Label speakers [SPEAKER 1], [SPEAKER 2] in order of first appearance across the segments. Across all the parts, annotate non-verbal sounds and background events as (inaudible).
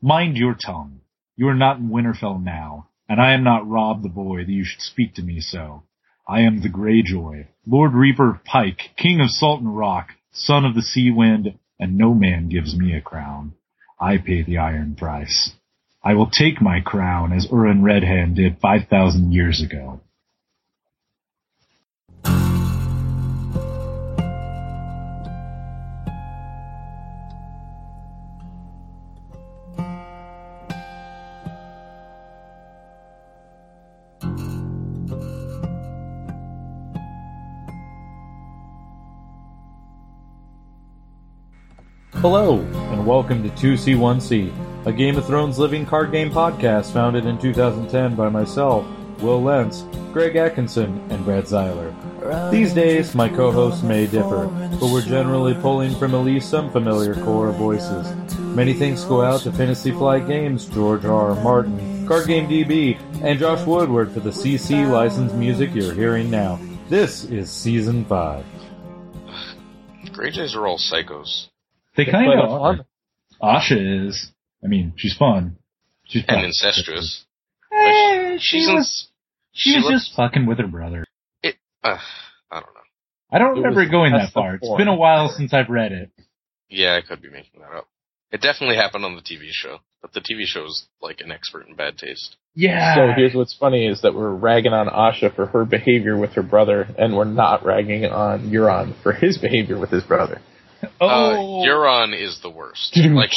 [SPEAKER 1] Mind your tongue. You are not in Winterfell now, and I am not Rob the boy that you should speak to me so. I am the Greyjoy, Lord Reaper of Pike, King of Salt and Rock, son of the Sea Wind, and no man gives me a crown. I pay the iron price. I will take my crown as Urin Redhand did 5,000 years ago.
[SPEAKER 2] Hello, and welcome to 2C1C, a Game of Thrones living card game podcast founded in 2010 by myself, Will Lentz, Greg Atkinson, and Brad Zeiler. These days, my co hosts may differ, but we're generally pulling from at least some familiar core of voices. Many thanks go out to Fantasy Flight Games, George R. R. Martin, Card Game DB, and Josh Woodward for the CC licensed music you're hearing now. This is Season 5.
[SPEAKER 3] Greyjoys are all psychos.
[SPEAKER 1] They kind
[SPEAKER 2] But,
[SPEAKER 1] of
[SPEAKER 2] uh,
[SPEAKER 1] are. Asha is. I mean, she's fun. She's
[SPEAKER 3] and
[SPEAKER 1] fun. (laughs)
[SPEAKER 3] incestuous.
[SPEAKER 1] Eh, she,
[SPEAKER 3] She's
[SPEAKER 1] was. She,
[SPEAKER 3] she
[SPEAKER 1] was
[SPEAKER 3] looked-
[SPEAKER 1] just fucking with her brother.
[SPEAKER 3] Uh, I don't know.
[SPEAKER 1] I don't
[SPEAKER 2] It
[SPEAKER 1] remember
[SPEAKER 2] was-
[SPEAKER 1] it going
[SPEAKER 2] that's
[SPEAKER 1] that
[SPEAKER 2] the
[SPEAKER 1] far. It's
[SPEAKER 2] point.
[SPEAKER 1] been a while since I've read it.
[SPEAKER 3] Yeah, I could be making that up. It definitely happened on the TV show, but the TV show is like an expert in bad taste.
[SPEAKER 1] Yeah.
[SPEAKER 4] So here's what's funny is that we're ragging on Asha for her behavior with her brother, and we're not ragging on Euron for his behavior with his brother.
[SPEAKER 3] Uh,
[SPEAKER 1] oh,
[SPEAKER 3] Euron is the
[SPEAKER 1] (laughs)
[SPEAKER 3] worst. Like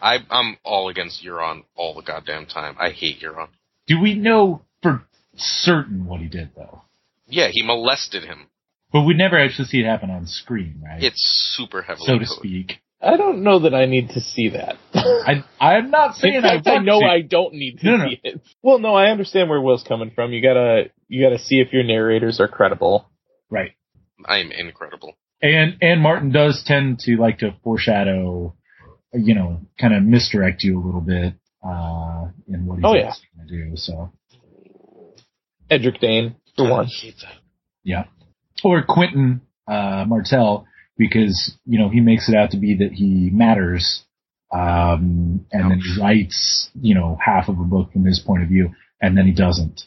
[SPEAKER 3] I, I'm all against Euron all the goddamn time. I hate Euron.
[SPEAKER 1] do we know for certain what he did though?
[SPEAKER 3] Yeah, he molested him.
[SPEAKER 1] But we never actually see it happen on screen, right?
[SPEAKER 3] It's super heavily.
[SPEAKER 1] so to
[SPEAKER 3] coded.
[SPEAKER 1] speak.
[SPEAKER 4] I don't know that I need to
[SPEAKER 1] (laughs)
[SPEAKER 4] see that.
[SPEAKER 1] I I'm not saying
[SPEAKER 4] In fact,
[SPEAKER 1] I,
[SPEAKER 4] (laughs) I
[SPEAKER 1] want
[SPEAKER 4] know
[SPEAKER 1] to.
[SPEAKER 4] I don't need to
[SPEAKER 1] No, no.
[SPEAKER 4] see it. Well, no, I understand where Will's coming from. You gotta you gotta see if your narrators are credible.
[SPEAKER 1] right.
[SPEAKER 3] I am incredible.
[SPEAKER 1] And and Martin does tend to like to foreshadow, you know, kind of misdirect you a little bit uh, in what he's
[SPEAKER 4] Oh, yeah.
[SPEAKER 1] going to do. So
[SPEAKER 4] Edric Dane, for
[SPEAKER 3] I
[SPEAKER 4] one.
[SPEAKER 3] hate that.
[SPEAKER 1] Yeah. Or Quentin uh, Martell, because, you know, he makes it out to be that he matters. Um, and then he writes, you know, half of a book from his point of view, and then he doesn't.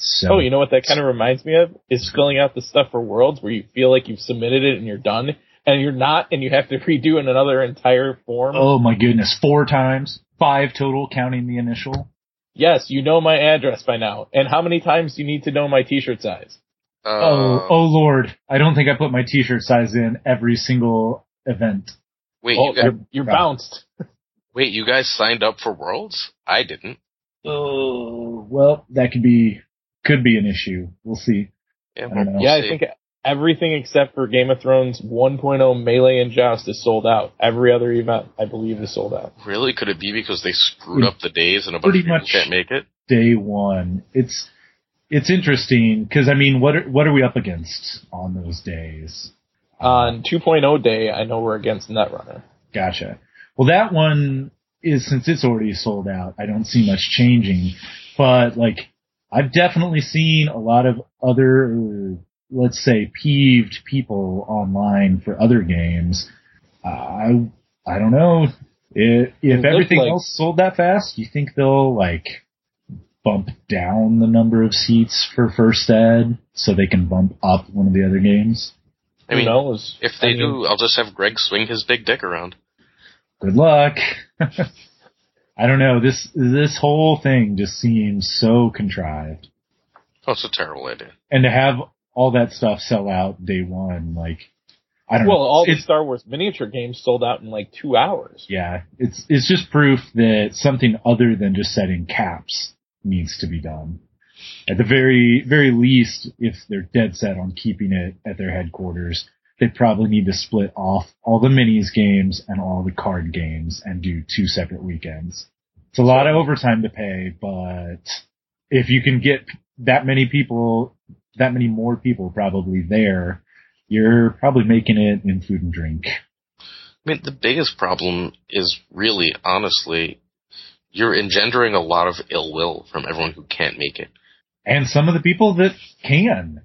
[SPEAKER 1] So,
[SPEAKER 4] Oh, you know what that kind of reminds me of is filling out the stuff for Worlds where you feel like you've submitted it and you're done, and you're not, and you have to (laughs) redo in another entire form.
[SPEAKER 1] oh my goodness, four times, five total, counting the initial.
[SPEAKER 4] Yes, you know my address by now. And how many times do you need to know my t-shirt size?
[SPEAKER 3] Uh,
[SPEAKER 1] oh, oh Lord, I don't think I put my t-shirt size in every single event.
[SPEAKER 3] wait,
[SPEAKER 4] Oh,
[SPEAKER 3] you guys,
[SPEAKER 4] you're, you're bounced.
[SPEAKER 3] wait, you guys signed up for Worlds? I didn't.
[SPEAKER 1] Oh, well, that could be, could be an issue. We'll see.
[SPEAKER 3] Yeah,
[SPEAKER 1] I don't know.
[SPEAKER 3] we'll
[SPEAKER 4] Yeah, I
[SPEAKER 3] see.
[SPEAKER 4] think everything except for Game of Thrones 1.0 Melee and Joust is sold out. Every other event, I believe, is sold out.
[SPEAKER 3] Really? Could it be because they screwed
[SPEAKER 4] Hmm.
[SPEAKER 3] up the days and a bunch
[SPEAKER 1] Pretty
[SPEAKER 3] of people
[SPEAKER 1] much.
[SPEAKER 3] can't make it?
[SPEAKER 1] day one. It's it's interesting because I mean, what are, what are we up against on those days?
[SPEAKER 4] On 2.0 day, I know we're against Netrunner.
[SPEAKER 1] Gotcha. Well, that one is since it's already sold out. I don't see much changing, but like I've definitely seen a lot of other, let's say, peeved people online for other games. Uh, I I don't know if, if
[SPEAKER 4] looked
[SPEAKER 1] everything
[SPEAKER 4] like-
[SPEAKER 1] else sold that fast. You think they'll like bump down the number of seats for first ed so they can bump up one of the other games?
[SPEAKER 3] I mean,
[SPEAKER 4] Who knows?
[SPEAKER 3] If they
[SPEAKER 4] I mean,
[SPEAKER 3] do, I'll just have Greg swing his big dick around.
[SPEAKER 1] good luck. (laughs) I don't know. This this whole thing just seems so contrived,
[SPEAKER 3] Oh, it's a terrible idea.
[SPEAKER 1] and to have all that stuff sell out day one, like I don't
[SPEAKER 4] Well,
[SPEAKER 1] know.
[SPEAKER 4] all the
[SPEAKER 1] It's-
[SPEAKER 4] Star Wars miniature games sold out in like two hours.
[SPEAKER 1] yeah, it's it's just proof that something other than just setting caps needs to be done. At the very very least, if they're dead set on keeping it at their headquarters, they probably need to split off all the minis games and all the card games and do two separate weekends. It's a lot of overtime to pay, but if you can get that many people, that many more people probably there, you're probably making it in food and drink.
[SPEAKER 3] I mean, the biggest problem is really, honestly, you're engendering a lot of ill will from everyone who can't make it.
[SPEAKER 1] and some of the people that can.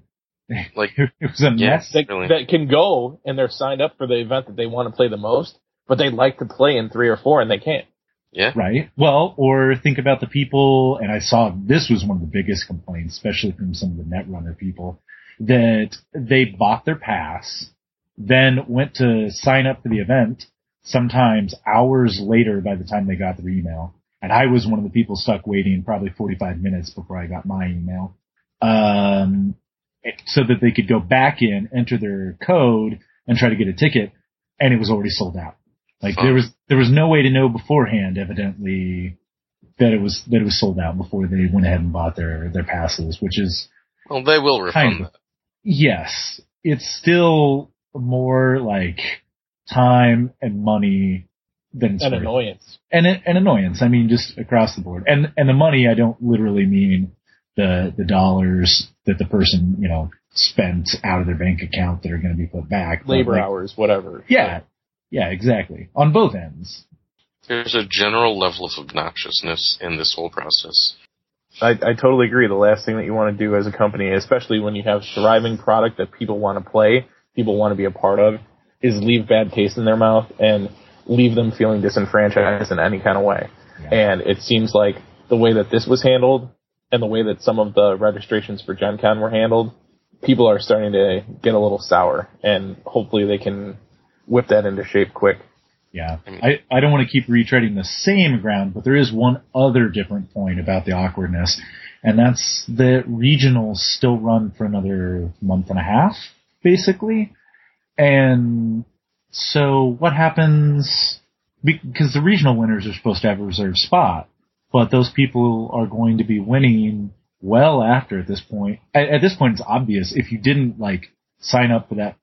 [SPEAKER 1] (laughs)
[SPEAKER 3] Like,
[SPEAKER 1] It was a
[SPEAKER 3] Yeah.
[SPEAKER 1] mess.
[SPEAKER 4] That,
[SPEAKER 3] Really?
[SPEAKER 4] that can go and they're signed up for the event that they want to play the most, but they'd like to play in three or four and they can't.
[SPEAKER 3] Yeah.
[SPEAKER 1] Right. Well, or think about the people, and I saw this was one of the biggest complaints, especially from some of the Netrunner people, that they bought their pass, then went to sign up for the event, sometimes hours later by the time they got their email. And I was one of the people stuck waiting probably 45 minutes before I got my email. Um, so that they could go back in, enter their code and try to get a ticket. And it was already sold out. Like there was, there was no way to know beforehand, evidently, that it was, that it was sold out before they went ahead and bought their, their passes, which is,
[SPEAKER 3] Well, they will refund
[SPEAKER 1] Kind of.
[SPEAKER 3] that.
[SPEAKER 1] yes, it's still more like time and money than it's
[SPEAKER 4] An
[SPEAKER 1] worth.
[SPEAKER 4] annoyance.
[SPEAKER 1] and an annoyance. I mean, just across the board. And and the money, I don't literally mean the the dollars that the person you know spent out of their bank account that are going to be put back. but
[SPEAKER 4] Labor
[SPEAKER 1] like-
[SPEAKER 4] hours, whatever.
[SPEAKER 1] Yeah, yeah, exactly. On both ends.
[SPEAKER 3] There's a general level of obnoxiousness in this whole process.
[SPEAKER 4] I, I totally agree. The last thing that you want to do as a company, especially when you have thriving product that people want to play, people want to be a part of, is leave bad taste in their mouth and leave them feeling disenfranchised in any kind of way. And it seems like the way that this was handled and the way that some of the registrations for Gen Con were handled, people are starting to get a little sour and hopefully they can whip that into shape quick.
[SPEAKER 1] Yeah, I, I don't want to keep retreading the same ground, but there is one other different point about the awkwardness, and that's that regionals still run for another month and a half, basically. And so what happens? Because the regional winners are supposed to have a reserved spot, but those people are going to be winning well after at this point. At, at this point, it's obvious if you didn't like sign up for that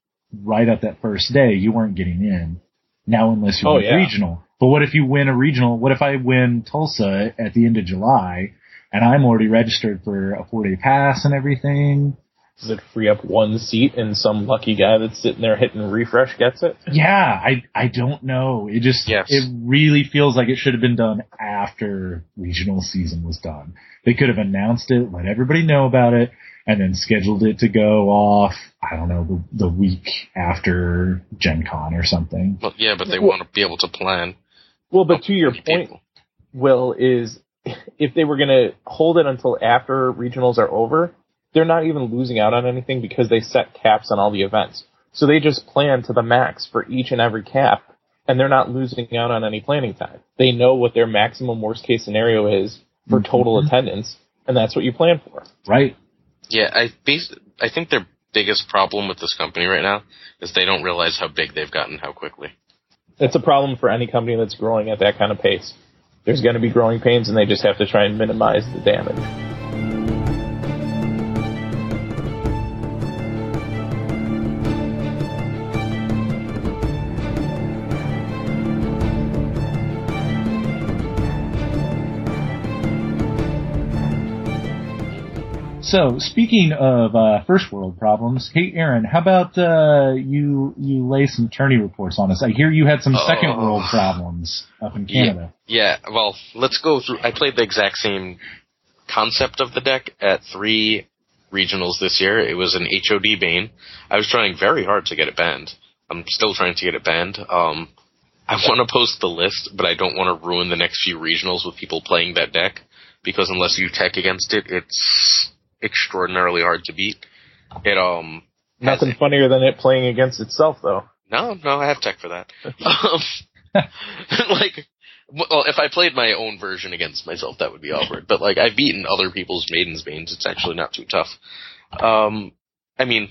[SPEAKER 1] right at that first day, you weren't getting in. Now, unless you
[SPEAKER 4] Oh,
[SPEAKER 1] win
[SPEAKER 4] yeah.
[SPEAKER 1] regional. But what if you win a regional? What if I win Tulsa at the end of July and I'm already registered for a four day pass and everything?
[SPEAKER 4] Does it free up one seat and some lucky guy that's sitting there hitting refresh gets it?
[SPEAKER 1] Yeah, I I don't know. It just
[SPEAKER 3] Yes.
[SPEAKER 1] it really feels like it should have been done after regional season was done. They could have announced it, let everybody know about it, and then scheduled it to go off. I don't know the, the week after Gen Con or something.
[SPEAKER 3] Well, yeah, but they
[SPEAKER 4] Well-
[SPEAKER 3] want to be able to plan.
[SPEAKER 4] Well, but to your point,
[SPEAKER 3] People.
[SPEAKER 4] Will, is if they were going to hold it until after regionals are over, they're not even losing out on anything because they set caps on all the events. So they just plan to the max for each and every cap, and they're not losing out on any planning time. They know what their maximum worst case scenario is for total attendance, and that's what you plan for.
[SPEAKER 1] Right?
[SPEAKER 3] Yeah, I bas- I think their biggest problem with this company right now is they don't realize how big they've gotten how quickly.
[SPEAKER 4] It's a problem for any company that's growing at that kind of pace. There's going to be growing pains, and they just have to try and minimize the damage.
[SPEAKER 1] So speaking of uh, first world problems, hey Aaron, how about uh, you you lay some tourney reports on us? I hear you had some second
[SPEAKER 3] Oh.
[SPEAKER 1] world problems up in
[SPEAKER 3] Yeah.
[SPEAKER 1] Canada.
[SPEAKER 3] Yeah, well, let's go through. I played the exact same concept of the deck at three regionals this year. It was an HOD Bane. I was trying very hard to get it banned. I'm still trying to get it banned. Um, I (laughs) want to post the list, but I don't want to ruin the next few regionals with people playing that deck because unless you tech against it, it's extraordinarily hard to beat. It um has
[SPEAKER 4] Nothing funnier than it playing against itself, though.
[SPEAKER 3] no, no, I have tech for that. um, (laughs) like, well, if I played my own version against myself, that would be awkward. But like, I've beaten other people's Maiden's Veins. It's actually not too tough. Um, I mean,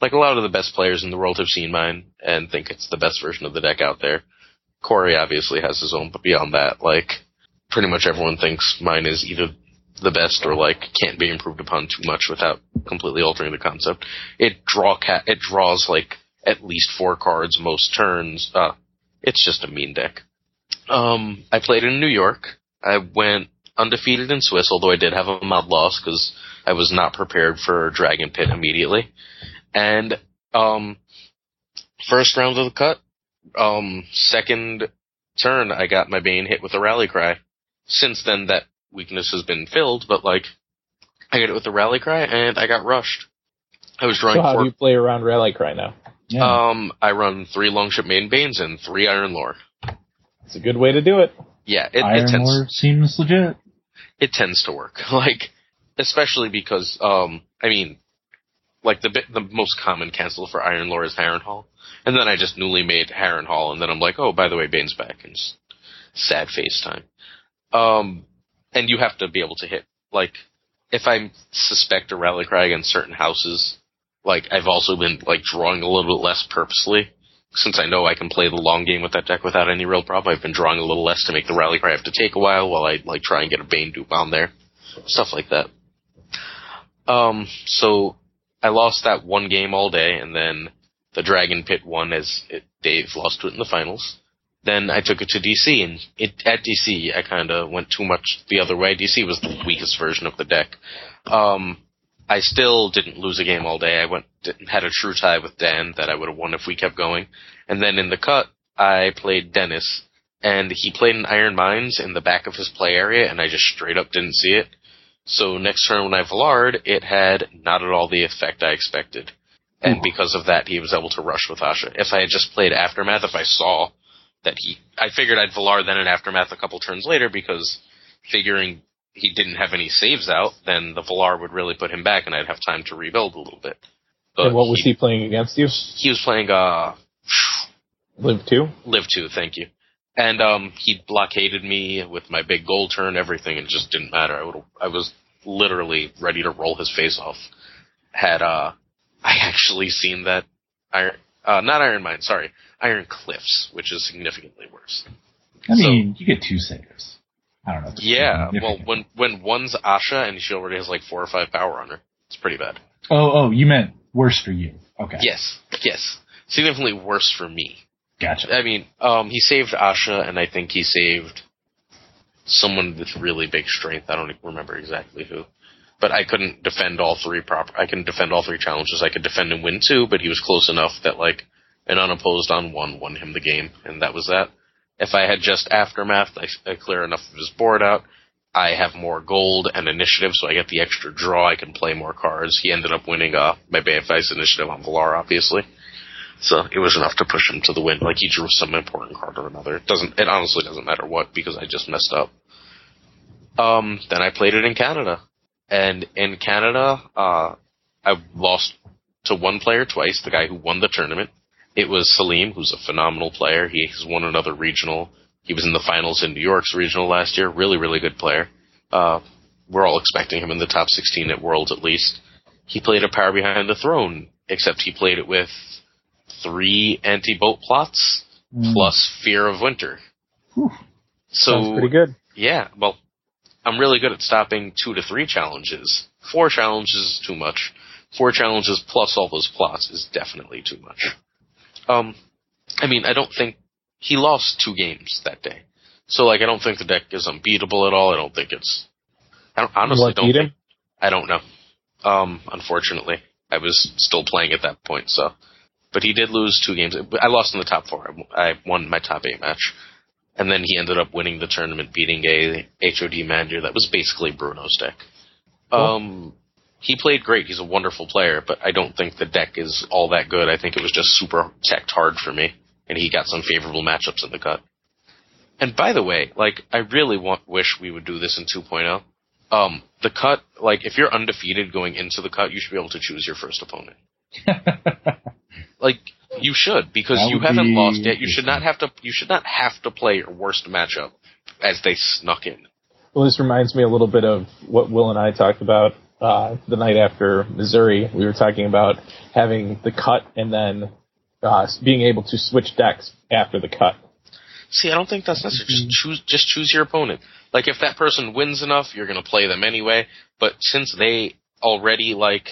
[SPEAKER 3] like a lot of the best players in the world have seen mine and think it's the best version of the deck out there. Corey obviously has his own, but beyond that, like, pretty much everyone thinks mine is either the best or like can't be improved upon too much without completely altering the concept. It draw ca- it draws like at least four cards most turns. Uh, it's just a mean deck. Um, I played in New York. I went undefeated in Swiss, although I did have a mod loss because I was not prepared for Dragon Pit immediately. And um, first round of the cut, um, second turn, I got my Bane hit with a rally cry. Since then, that weakness has been filled, but like, I got it with a rally cry and I got rushed. I was drawing
[SPEAKER 4] So how
[SPEAKER 3] four
[SPEAKER 4] do you play around Relic right now?
[SPEAKER 1] Yeah.
[SPEAKER 3] Uh, um, I run three Longship Maiden Banes and three Iron Lore.
[SPEAKER 4] It's a good way to do it.
[SPEAKER 3] yeah, it, it
[SPEAKER 1] Iron
[SPEAKER 3] tends
[SPEAKER 1] Lord seems legit.
[SPEAKER 3] it tends to work. (laughs) Like, especially because, um, I mean, like the bi- the most common cancel for Iron Lore is Harrenhal, and then I just newly made Harrenhal, and then I'm like, oh, by the way, Bane's back, and s- sad face time. Um, and you have to be able to hit like if I suspect a rally cry against certain houses, like I've also been like drawing a little bit less purposely. Since I know I can play the long game with that deck without any real problem, I've been drawing a little less to make the rally cry have to take a while while I like try and get a Bane dupe on there. Stuff like that. Um, so I lost that one game all day and then the Dragon Pit won as it, Dave lost to it in the finals. Then I took it to DC and it, at DC I kinda went too much the other way. DC was the weakest version of the deck. Um, I still didn't lose a game all day. I went had a true tie with Dan that I would have won if we kept going. And then in the cut, I played Dennis, and he played an Iron Mines in the back of his play area, and I just straight up didn't see it. So next turn when I Villard, it had not at all the effect I expected. And because of that, he was able to rush with Asha. If I had just played Aftermath, if I saw that he, I figured I'd Villard then in Aftermath a couple turns later because figuring he didn't have any saves out, then the Villar would really put him back, and I'd have time to rebuild a little bit. But
[SPEAKER 4] and what was he playing against you?
[SPEAKER 3] he was playing uh
[SPEAKER 4] Live two.
[SPEAKER 3] live to thank you and um he blockaded me with my big goal turn everything and it just didn't matter i would i was literally ready to roll his face off had uh i actually seen that iron uh not iron mine sorry iron cliffs which is significantly worse
[SPEAKER 1] I
[SPEAKER 3] So-
[SPEAKER 1] mean, you get two saves. I don't know. if it's (laughs)
[SPEAKER 3] yeah well
[SPEAKER 1] significant.
[SPEAKER 3] when when one's asha and she already has like four or five power on her it's pretty bad
[SPEAKER 1] Oh, oh, you meant worse for you. Okay.
[SPEAKER 3] yes yes significantly worse for me
[SPEAKER 1] Gotcha.
[SPEAKER 3] I mean, um, he saved Asha, and I think he saved someone with really big strength. I don't remember exactly who, but I couldn't defend all three proper. I couldn't defend all three challenges. I could defend and win two, but he was close enough that like an unopposed on one won him the game, and that was that. If I had just aftermath, I, I clear enough of his board out. I have more gold and initiative, so I get the extra draw. I can play more cards. He ended up winning uh, my Bay Advice initiative on Valar, obviously. So it was enough to push him to the win. Like he drew some important card or another. It doesn't. It honestly doesn't matter what because I just messed up. Um. Then I played it in Canada, and in Canada, uh, I lost to one player twice. The guy who won the tournament. It was Salim, who's a phenomenal player. He has won another regional. He was in the finals in New York's regional last year. Really, really good player. Uh, we're all expecting him in the top 16 at Worlds at least. He played a power behind the throne, except he played it with three anti-boat plots
[SPEAKER 1] Mm.
[SPEAKER 3] plus fear of winter.
[SPEAKER 1] Whew.
[SPEAKER 4] Hmm. Sounds
[SPEAKER 3] So
[SPEAKER 4] pretty good.
[SPEAKER 3] yeah, well, I'm really good at stopping two to three challenges. Four challenges is too much. Four challenges plus all those plots is definitely too much. Um, I mean, I don't think he lost two games that day. So like, I don't think the deck is unbeatable at all. I don't think it's. I don't, honestly
[SPEAKER 4] what
[SPEAKER 3] don't
[SPEAKER 4] beat
[SPEAKER 3] think-
[SPEAKER 4] him?
[SPEAKER 3] I don't know. Um, unfortunately, I was still playing at that point, so. But he did lose two games. I lost in the top four. I won my top eight match, and then he ended up winning the tournament, beating a HOD manager that was basically Bruno's deck. Um, he played great. He's a wonderful player, but I don't think the deck is all that good. I think it was just super teched hard for me, and he got some favorable matchups in the cut. And by the way, like I really want wish we would do this in 2.0. Um, the cut, like if you're undefeated going into the cut, you should be able to choose your first
[SPEAKER 1] (laughs)
[SPEAKER 3] opponent. Like you should because
[SPEAKER 1] That
[SPEAKER 3] you
[SPEAKER 1] would
[SPEAKER 3] haven't
[SPEAKER 1] be
[SPEAKER 3] lost yet. You should not have to. You should not have to play your worst matchup as they snuck in.
[SPEAKER 4] Well, this reminds me a little bit of what Will and I talked about uh, the night after Missouri. We were talking about having the cut and then uh, being able to switch decks after the cut.
[SPEAKER 3] See, I don't think that's necessary.
[SPEAKER 1] Mm-hmm.
[SPEAKER 3] Just choose, just choose your opponent. Like if that person wins enough, you're gonna play them anyway. But since they already like,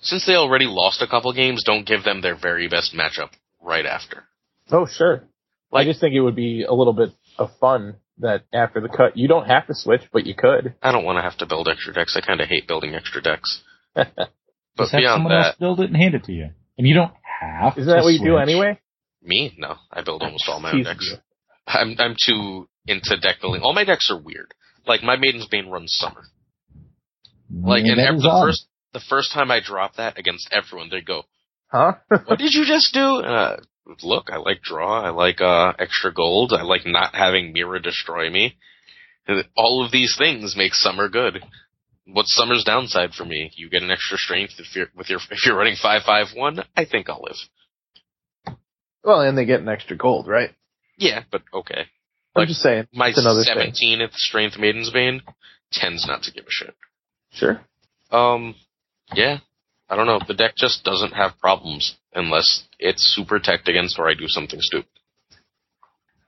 [SPEAKER 3] since they already lost a couple games, don't give them their very best matchup right after.
[SPEAKER 4] Oh, sure.
[SPEAKER 3] Like-
[SPEAKER 4] I just think it would be a little bit of fun that after the cut, you don't have to switch, but you could.
[SPEAKER 3] I don't want to have to build extra decks. I kind of hate building extra
[SPEAKER 1] (laughs)
[SPEAKER 3] decks. but
[SPEAKER 1] Just have
[SPEAKER 3] beyond
[SPEAKER 1] someone
[SPEAKER 3] that,
[SPEAKER 1] else build it and hand it to you, and you don't have.
[SPEAKER 4] Isn't that
[SPEAKER 1] to
[SPEAKER 4] what you do
[SPEAKER 1] switch.
[SPEAKER 4] anyway?
[SPEAKER 3] me no, I build almost all my own
[SPEAKER 4] Teasing
[SPEAKER 3] decks.
[SPEAKER 4] you.
[SPEAKER 3] I'm I'm too into deck building. All my decks are weird. Like my Maiden's Bane runs Summer. Like
[SPEAKER 1] Yeah,
[SPEAKER 3] and
[SPEAKER 1] that
[SPEAKER 3] every,
[SPEAKER 1] is
[SPEAKER 3] the
[SPEAKER 1] odd.
[SPEAKER 3] first the first time I drop that against everyone, they go,
[SPEAKER 4] Huh? (laughs)
[SPEAKER 3] "What did you just do?" And, uh, look, I like draw, I like uh, extra gold, I like not having Mira destroy me. And All of these things make summer good. What's summer's downside for me? You get an extra strength if you're with your if you're running five five one. I think I'll live.
[SPEAKER 5] Well, and they get an extra gold, right?
[SPEAKER 3] Yeah, but okay.
[SPEAKER 5] I'm
[SPEAKER 3] Like,
[SPEAKER 5] just saying.
[SPEAKER 3] My
[SPEAKER 5] It's another thing.
[SPEAKER 3] seventeen at strength maiden's bane tends not to give a shit.
[SPEAKER 5] Sure.
[SPEAKER 3] Um, yeah. I don't know. The deck just doesn't have problems unless it's super teched against or I do something stupid.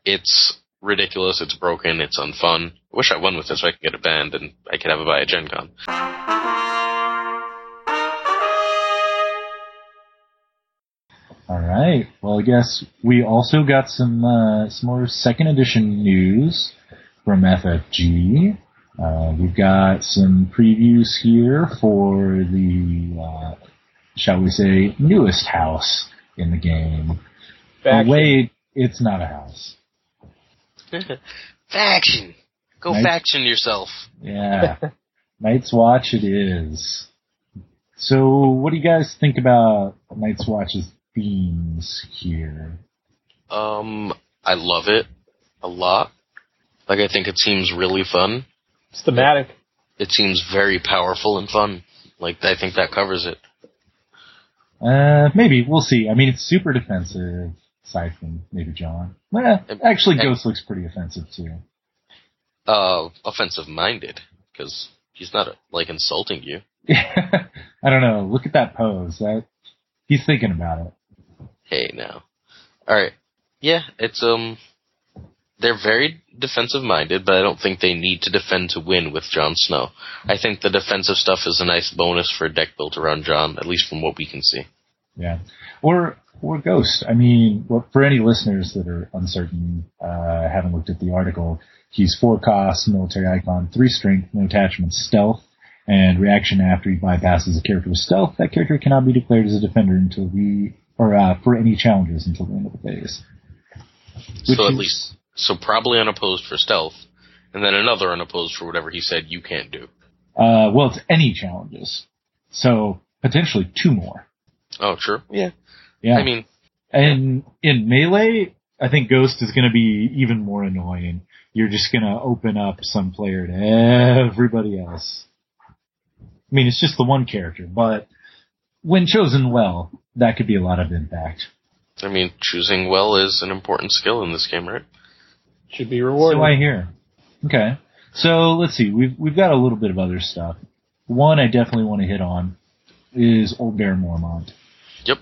[SPEAKER 3] It's ridiculous. It's broken. It's unfun. I wish I won with this so I could get a band and I could have it by a Gen Con.
[SPEAKER 1] All right. Well, I guess we also got some uh, some more second edition news from FFG. Uh, we've got some previews here for the, uh, shall we say, newest house in the game. Oh,
[SPEAKER 4] Back
[SPEAKER 1] wait, it's not a house.
[SPEAKER 3] Faction! Go
[SPEAKER 1] Nice.
[SPEAKER 3] faction yourself.
[SPEAKER 1] Yeah. Night's Watch it is. So, what do you guys think about Night's Watch's themes here?
[SPEAKER 3] Um, I love it a lot. Like, I think it seems really fun.
[SPEAKER 4] it's thematic.
[SPEAKER 3] It seems very powerful and fun. Like, I think that covers it.
[SPEAKER 1] Uh, maybe we'll see. I mean, it's super defensive, aside from maybe John. Eh, actually,
[SPEAKER 3] and-
[SPEAKER 1] Ghost looks pretty offensive too. (laughs)
[SPEAKER 3] uh, offensive minded because he's not like insulting you.
[SPEAKER 1] I don't know. Look at that pose. That he's thinking about it.
[SPEAKER 3] Hey, now, all right, yeah, it's um, they're very defensive minded, but I don't think they need to defend to win with Jon Snow. I think the defensive stuff is a nice bonus for a deck built around Jon, at least from what we can see.
[SPEAKER 1] Yeah, or or Ghost. I mean, well, for any listeners that are uncertain, uh, haven't looked at the article, he's four cost, military icon, three strength, no attachment, stealth, and reaction after he bypasses a character with stealth. That character cannot be declared as a defender until the or uh, for any challenges until the end of the phase. Which
[SPEAKER 3] so at
[SPEAKER 1] is-
[SPEAKER 3] least, so probably unopposed for stealth, and then another unopposed for whatever he said you can't do.
[SPEAKER 1] Uh, well, it's any challenges, so potentially two more.
[SPEAKER 3] Oh, true. Yeah.
[SPEAKER 1] Yeah,
[SPEAKER 3] I mean,
[SPEAKER 1] And in melee, I think Ghost is going to be even more annoying. You're just going to open up some player to everybody else. I mean, it's just the one character, but when chosen well, that could be a lot of impact.
[SPEAKER 3] I mean, choosing well is an important skill in this game, right?
[SPEAKER 4] Should be
[SPEAKER 1] So I
[SPEAKER 4] rewarded.
[SPEAKER 1] hear. Okay. So let's see. We've we've got a little bit of other stuff. One I definitely want to hit on is Old Bear Mormont.
[SPEAKER 3] Yep.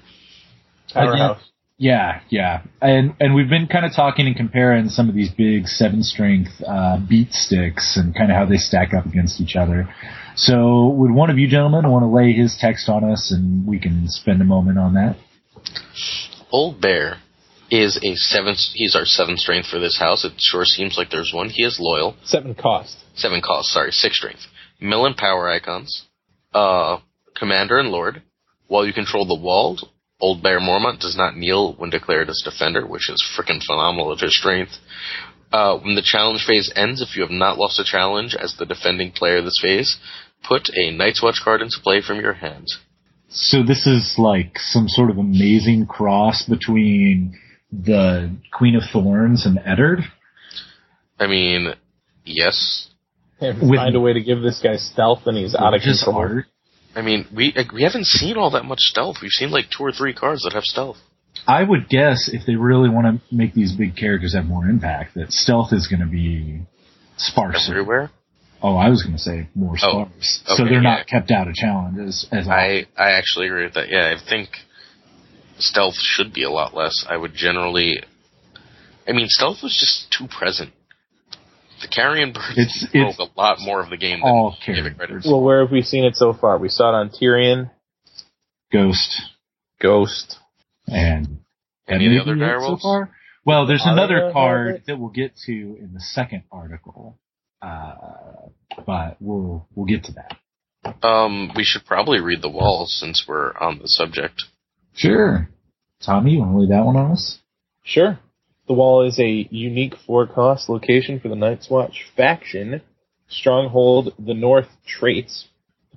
[SPEAKER 4] Powerhouse.
[SPEAKER 1] Yeah, yeah, and and we've been kind of talking and comparing some of these big seven strength uh, beat sticks and kind of how they stack up against each other. So, would one of you gentlemen want to lay his text on us, and we can spend a moment on that?
[SPEAKER 3] Old Bear is a seventh. He's our seventh strength for this house. It sure seems like there's one. He is loyal.
[SPEAKER 4] Seven cost.
[SPEAKER 3] Seven cost. Sorry, six strength. Mill and power icons. Uh, commander and lord. While you control the walled, Old Bear Mormont does not kneel when declared as defender, which is freaking phenomenal of his strength. Uh, when the challenge phase ends, if you have not lost a challenge as the defending player this phase, put a Night's Watch card into play from your hand.
[SPEAKER 1] So this is like some sort of amazing cross between the Queen of Thorns and Eddard.
[SPEAKER 3] I mean, yes,
[SPEAKER 4] If
[SPEAKER 1] With-
[SPEAKER 4] find a way to give this guy stealth, and he's out of
[SPEAKER 1] Just
[SPEAKER 4] control.
[SPEAKER 1] art.
[SPEAKER 3] I mean, we like, we haven't seen all that much stealth. We've seen like two or three cards that have stealth.
[SPEAKER 1] I would guess if they really want to make these big characters have more impact, that stealth is going to be sparser.
[SPEAKER 3] everywhere.
[SPEAKER 1] Oh, I was going to say more
[SPEAKER 3] Oh,
[SPEAKER 1] stars, so
[SPEAKER 3] okay,
[SPEAKER 1] they're
[SPEAKER 3] yeah.
[SPEAKER 1] not kept out of challenges as
[SPEAKER 3] I I actually agree with that. Yeah, I think stealth should be a lot less. I would generally, I mean, stealth was just too present. The carrion birds
[SPEAKER 1] It's-
[SPEAKER 3] broke
[SPEAKER 1] it's
[SPEAKER 3] a lot more of the game than
[SPEAKER 1] all
[SPEAKER 3] we give
[SPEAKER 1] carrion
[SPEAKER 3] it credit.
[SPEAKER 1] birds.
[SPEAKER 3] for.
[SPEAKER 4] Well, where have we seen it so far? We saw it on Tyrion,
[SPEAKER 1] ghost
[SPEAKER 4] Ghost.
[SPEAKER 1] and and
[SPEAKER 3] Any of the other
[SPEAKER 1] maybe it so
[SPEAKER 3] direwolves?
[SPEAKER 1] far. Well, there's
[SPEAKER 4] Are
[SPEAKER 1] another
[SPEAKER 4] there
[SPEAKER 1] card
[SPEAKER 4] others?
[SPEAKER 1] that we'll get to in the second article, uh, but we'll we'll get to that.
[SPEAKER 3] Um, we should probably read the walls since we're on the subject.
[SPEAKER 1] Sure, Tommy, you want to leave that one on us?
[SPEAKER 4] Sure. The wall is a unique four cost location for the Night's Watch faction. Stronghold the North traits.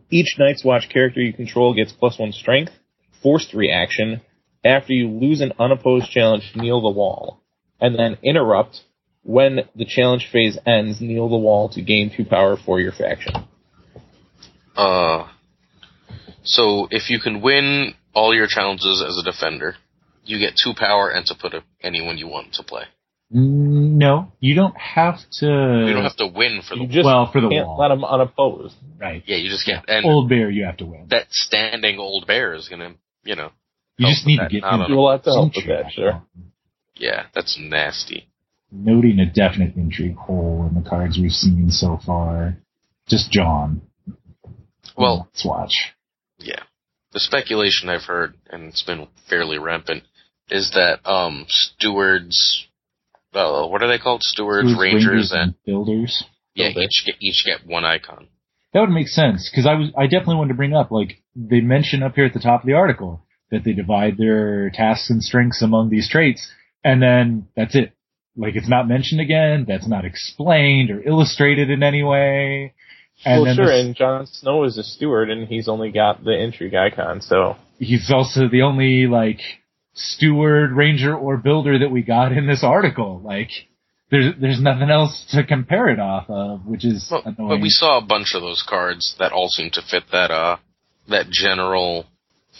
[SPEAKER 4] Each Night's Watch character you control gets plus one strength, forced reaction, after you lose an unopposed challenge, kneel the wall, and then interrupt when the challenge phase ends. Kneel the wall to gain two power for your faction.
[SPEAKER 3] Uh, so if you can win all your challenges as a defender, you get two power and to put a, anyone you want to play.
[SPEAKER 1] Mm, No, you don't have to.
[SPEAKER 3] You don't have to win for
[SPEAKER 4] You
[SPEAKER 3] the
[SPEAKER 4] just
[SPEAKER 1] well, for the
[SPEAKER 4] can't
[SPEAKER 1] wall.
[SPEAKER 4] let them unopposed.
[SPEAKER 1] right.
[SPEAKER 3] yeah. You just get and
[SPEAKER 1] Old bear, you have to win.
[SPEAKER 3] that standing old bear is gonna you know
[SPEAKER 1] You
[SPEAKER 3] help
[SPEAKER 1] just need to
[SPEAKER 3] with
[SPEAKER 1] get
[SPEAKER 3] that. I don't
[SPEAKER 1] into
[SPEAKER 3] know.
[SPEAKER 4] You'll have to
[SPEAKER 1] some
[SPEAKER 4] help with
[SPEAKER 1] shape.
[SPEAKER 4] that, sure.
[SPEAKER 3] yeah that's nasty.
[SPEAKER 1] Noting a definite intrigue hole in the cards we've seen so far. Just John.
[SPEAKER 3] Well,
[SPEAKER 1] let's watch.
[SPEAKER 3] yeah. The speculation I've heard, and it's been fairly rampant, is that um stewards, uh, what are they called? Stewards,
[SPEAKER 1] Who's
[SPEAKER 3] rangers, and
[SPEAKER 1] builders.
[SPEAKER 3] yeah, each get each get one icon.
[SPEAKER 1] That would make sense because I was I definitely wanted to bring up like they mention up here at the top of the article that they divide their tasks and strengths among these traits, and then that's it. Like it's not mentioned again. That's not explained or illustrated in any way. And
[SPEAKER 4] well,
[SPEAKER 1] then
[SPEAKER 4] sure.
[SPEAKER 1] this-
[SPEAKER 4] and Jon Snow is a steward, and he's only got the intrigue icon. So
[SPEAKER 1] he's also the only like steward, ranger, or builder that we got in this article. Like there's there's nothing else to compare it off of, which is
[SPEAKER 3] Well,
[SPEAKER 1] annoying.
[SPEAKER 3] but we saw a bunch of those cards that all seem to fit that uh that general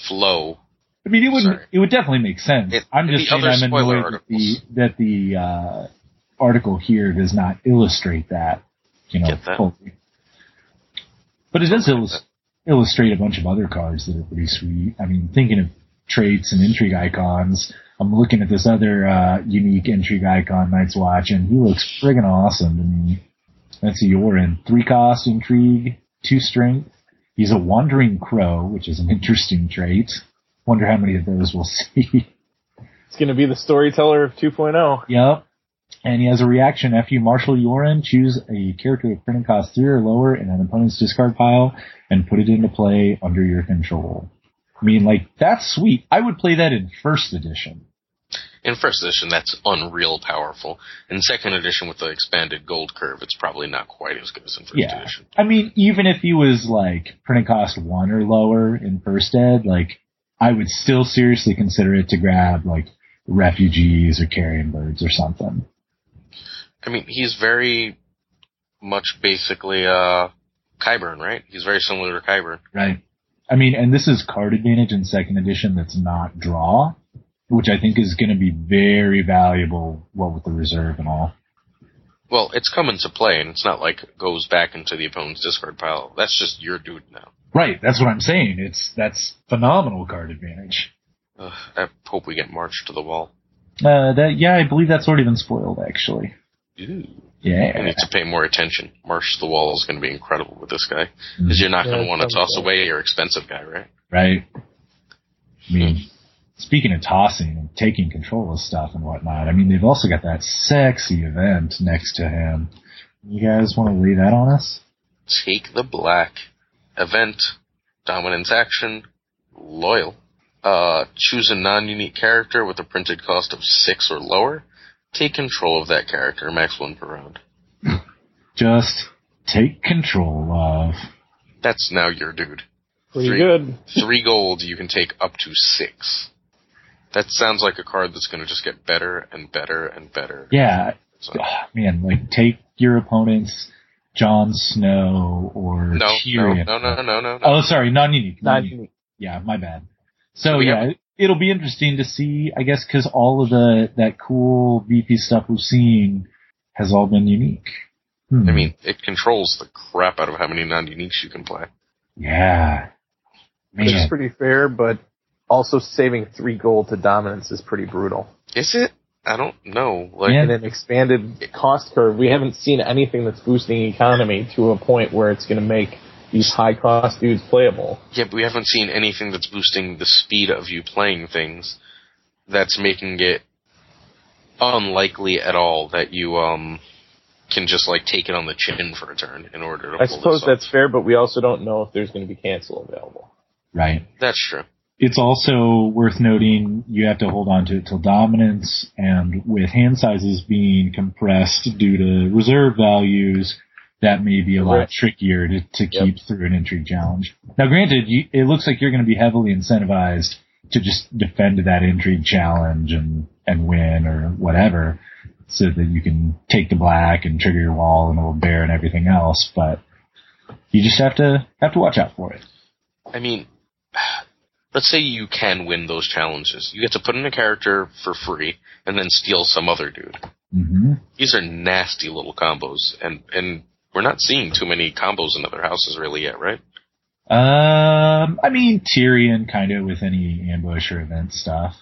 [SPEAKER 3] flow.
[SPEAKER 1] I mean, it would
[SPEAKER 3] Sorry.
[SPEAKER 1] it would definitely make sense.
[SPEAKER 3] It-
[SPEAKER 1] I'm just
[SPEAKER 3] the
[SPEAKER 1] saying
[SPEAKER 3] other
[SPEAKER 1] I'm
[SPEAKER 3] spoiler
[SPEAKER 1] annoyed that the that the uh, article here does not illustrate that. You know,
[SPEAKER 3] Get that.
[SPEAKER 1] fully. But it does
[SPEAKER 3] Something like
[SPEAKER 1] illus- illustrate a bunch of other cards that are pretty sweet. I mean, thinking of traits and intrigue icons, I'm looking at this other uh, unique intrigue icon, Night's Watch, and he looks friggin' awesome to me. That's a Yorin. Three cost intrigue, two strength. He's a wandering crow, which is an interesting trait. Wonder how many of those we'll (laughs) see.
[SPEAKER 4] it's going to be the storyteller of oh. 2.0.
[SPEAKER 1] yep. And he has a reaction. After you marshal Yorin, choose a character with printing cost three or lower in an opponent's discard pile and put it into play under your control. I mean, like, that's sweet. I would play that in first edition.
[SPEAKER 3] In first edition, that's unreal powerful. In second edition, with the expanded gold curve, it's probably not quite as good as in first
[SPEAKER 1] Yeah.
[SPEAKER 3] edition.
[SPEAKER 1] I mean, even if he was like printing cost one or lower in first ed, like, I would still seriously consider it to grab like refugees or carrion birds or something.
[SPEAKER 3] I mean, he's very much basically uh Kyburn, right? He's very similar to Kyburn.
[SPEAKER 1] Right. I mean, and this is card advantage in second edition that's not draw, which I think is going to be very valuable, well, with the reserve and all.
[SPEAKER 3] Well, it's come into play, and it's not like it goes back into the opponent's discard pile. That's just your dude now.
[SPEAKER 1] Right. That's what I'm saying. It's, that's phenomenal card advantage.
[SPEAKER 3] Ugh, I hope we get marched to the wall.
[SPEAKER 1] Uh, that, yeah, I believe that's already been spoiled, actually.
[SPEAKER 3] Ooh. I
[SPEAKER 1] Yeah.
[SPEAKER 3] need to pay more attention. March to the wall is going to be incredible with this guy because you're not going
[SPEAKER 4] Yeah,
[SPEAKER 3] to want to
[SPEAKER 4] sounds
[SPEAKER 3] toss
[SPEAKER 4] good.
[SPEAKER 3] away your expensive guy, right?
[SPEAKER 1] Right. I mean, speaking of tossing and taking control of stuff and whatnot, I mean, they've also got that sexy event next to him. You guys want to lay that on us?
[SPEAKER 3] Take the black. Event. Dominance action. Loyal. Uh, choose a non-unique character with a printed cost of six or lower. Take control of that character, max one per round.
[SPEAKER 1] Just take control of.
[SPEAKER 3] That's now your dude.
[SPEAKER 4] Pretty
[SPEAKER 3] Three.
[SPEAKER 4] good.
[SPEAKER 3] Three gold, you can take up to six. That sounds like a card that's going to just get better and better and better.
[SPEAKER 1] Yeah, (sighs)
[SPEAKER 3] So-
[SPEAKER 1] ah, man, like take your opponent's Jon Snow or
[SPEAKER 3] no, no,
[SPEAKER 1] Tyrion.
[SPEAKER 3] no, no, no, no, no.
[SPEAKER 1] Oh, sorry, non-unique.
[SPEAKER 4] Not
[SPEAKER 1] non-unique. Yeah, my bad. So
[SPEAKER 3] We
[SPEAKER 1] yeah, it'll be interesting to see, I guess, because all of the that cool VP stuff we've seen has all been unique. Hmm.
[SPEAKER 3] I mean, it controls the crap out of how many non-uniques you can play.
[SPEAKER 1] yeah,
[SPEAKER 5] Which is
[SPEAKER 1] man,
[SPEAKER 5] pretty fair, but also saving three gold to dominance is pretty brutal.
[SPEAKER 3] Is it? I don't know. Like,
[SPEAKER 1] Yeah.
[SPEAKER 5] And an expanded
[SPEAKER 4] Cost curve. We haven't seen anything that's boosting economy to a point where it's going to make these high cost dudes playable.
[SPEAKER 3] yeah, but we haven't seen anything that's boosting the speed of you playing things. That's making it unlikely at all that you um can just like take it on the chin for a turn in order to.
[SPEAKER 4] I
[SPEAKER 3] pull
[SPEAKER 4] suppose
[SPEAKER 3] this off.
[SPEAKER 4] that's fair, but we also don't know if there's going to be cancel available.
[SPEAKER 1] right.
[SPEAKER 3] that's true.
[SPEAKER 1] It's also worth noting you have to hold on to it till dominance, and with hand sizes being compressed due to reserve values, that may be a lot
[SPEAKER 4] Right.
[SPEAKER 1] trickier to, to keep through an entry challenge. Now, granted, you, it looks like you're going to be heavily incentivized to just defend that intrigue challenge and, and win or whatever so that you can take the black and trigger your wall and old bear and everything else. But you just have to, have to watch out for it.
[SPEAKER 3] I mean, let's say you can win those challenges. You get to put in a character for free and then steal some other dude.
[SPEAKER 1] hmm
[SPEAKER 3] These are nasty little combos, and and we're not seeing too many combos in other houses really yet, right?
[SPEAKER 1] Um, I mean, Tyrion kind of with any ambush or event stuff.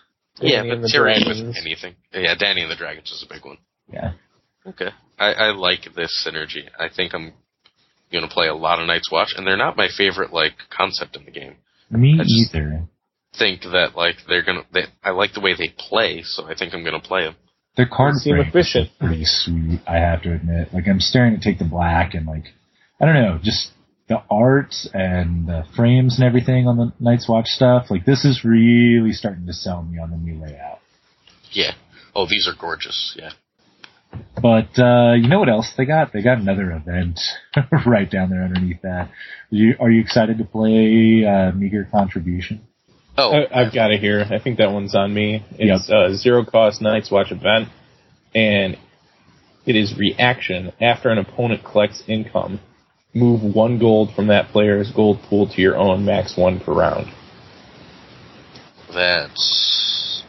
[SPEAKER 3] Yeah,
[SPEAKER 4] Danny
[SPEAKER 3] but
[SPEAKER 4] and the
[SPEAKER 3] Tyrion with
[SPEAKER 4] Dragons.
[SPEAKER 3] anything. Yeah, Danny and the Dragons is a big one.
[SPEAKER 1] Yeah.
[SPEAKER 3] Okay. I, I like this synergy. I think I'm gonna play a lot of Night's Watch, and they're not my favorite like concept in the game.
[SPEAKER 1] Me
[SPEAKER 3] I just-
[SPEAKER 1] either.
[SPEAKER 3] Think that like they're gonna. They, I like the way they play, so I think I'm gonna play them.
[SPEAKER 1] Their card
[SPEAKER 4] They seem
[SPEAKER 1] break is
[SPEAKER 4] efficient.
[SPEAKER 1] pretty sweet. I have to admit. Like I'm staring at Take the Black and like I don't know, just the art and the frames and everything on the Night's Watch stuff. Like this is really starting to sell me on the new layout.
[SPEAKER 3] Yeah. Oh, these are gorgeous. Yeah.
[SPEAKER 1] But uh, you know what else they got? They got another event (laughs) right down there underneath that. You, are you excited to play uh, Meager Contribution?
[SPEAKER 3] Oh,
[SPEAKER 4] I, I've got it here. I think that one's on me. It's uh, zero cost Night's Watch event, and it is reaction. After an opponent collects income, move one gold from that player's gold pool to your own, max one per round.
[SPEAKER 3] that's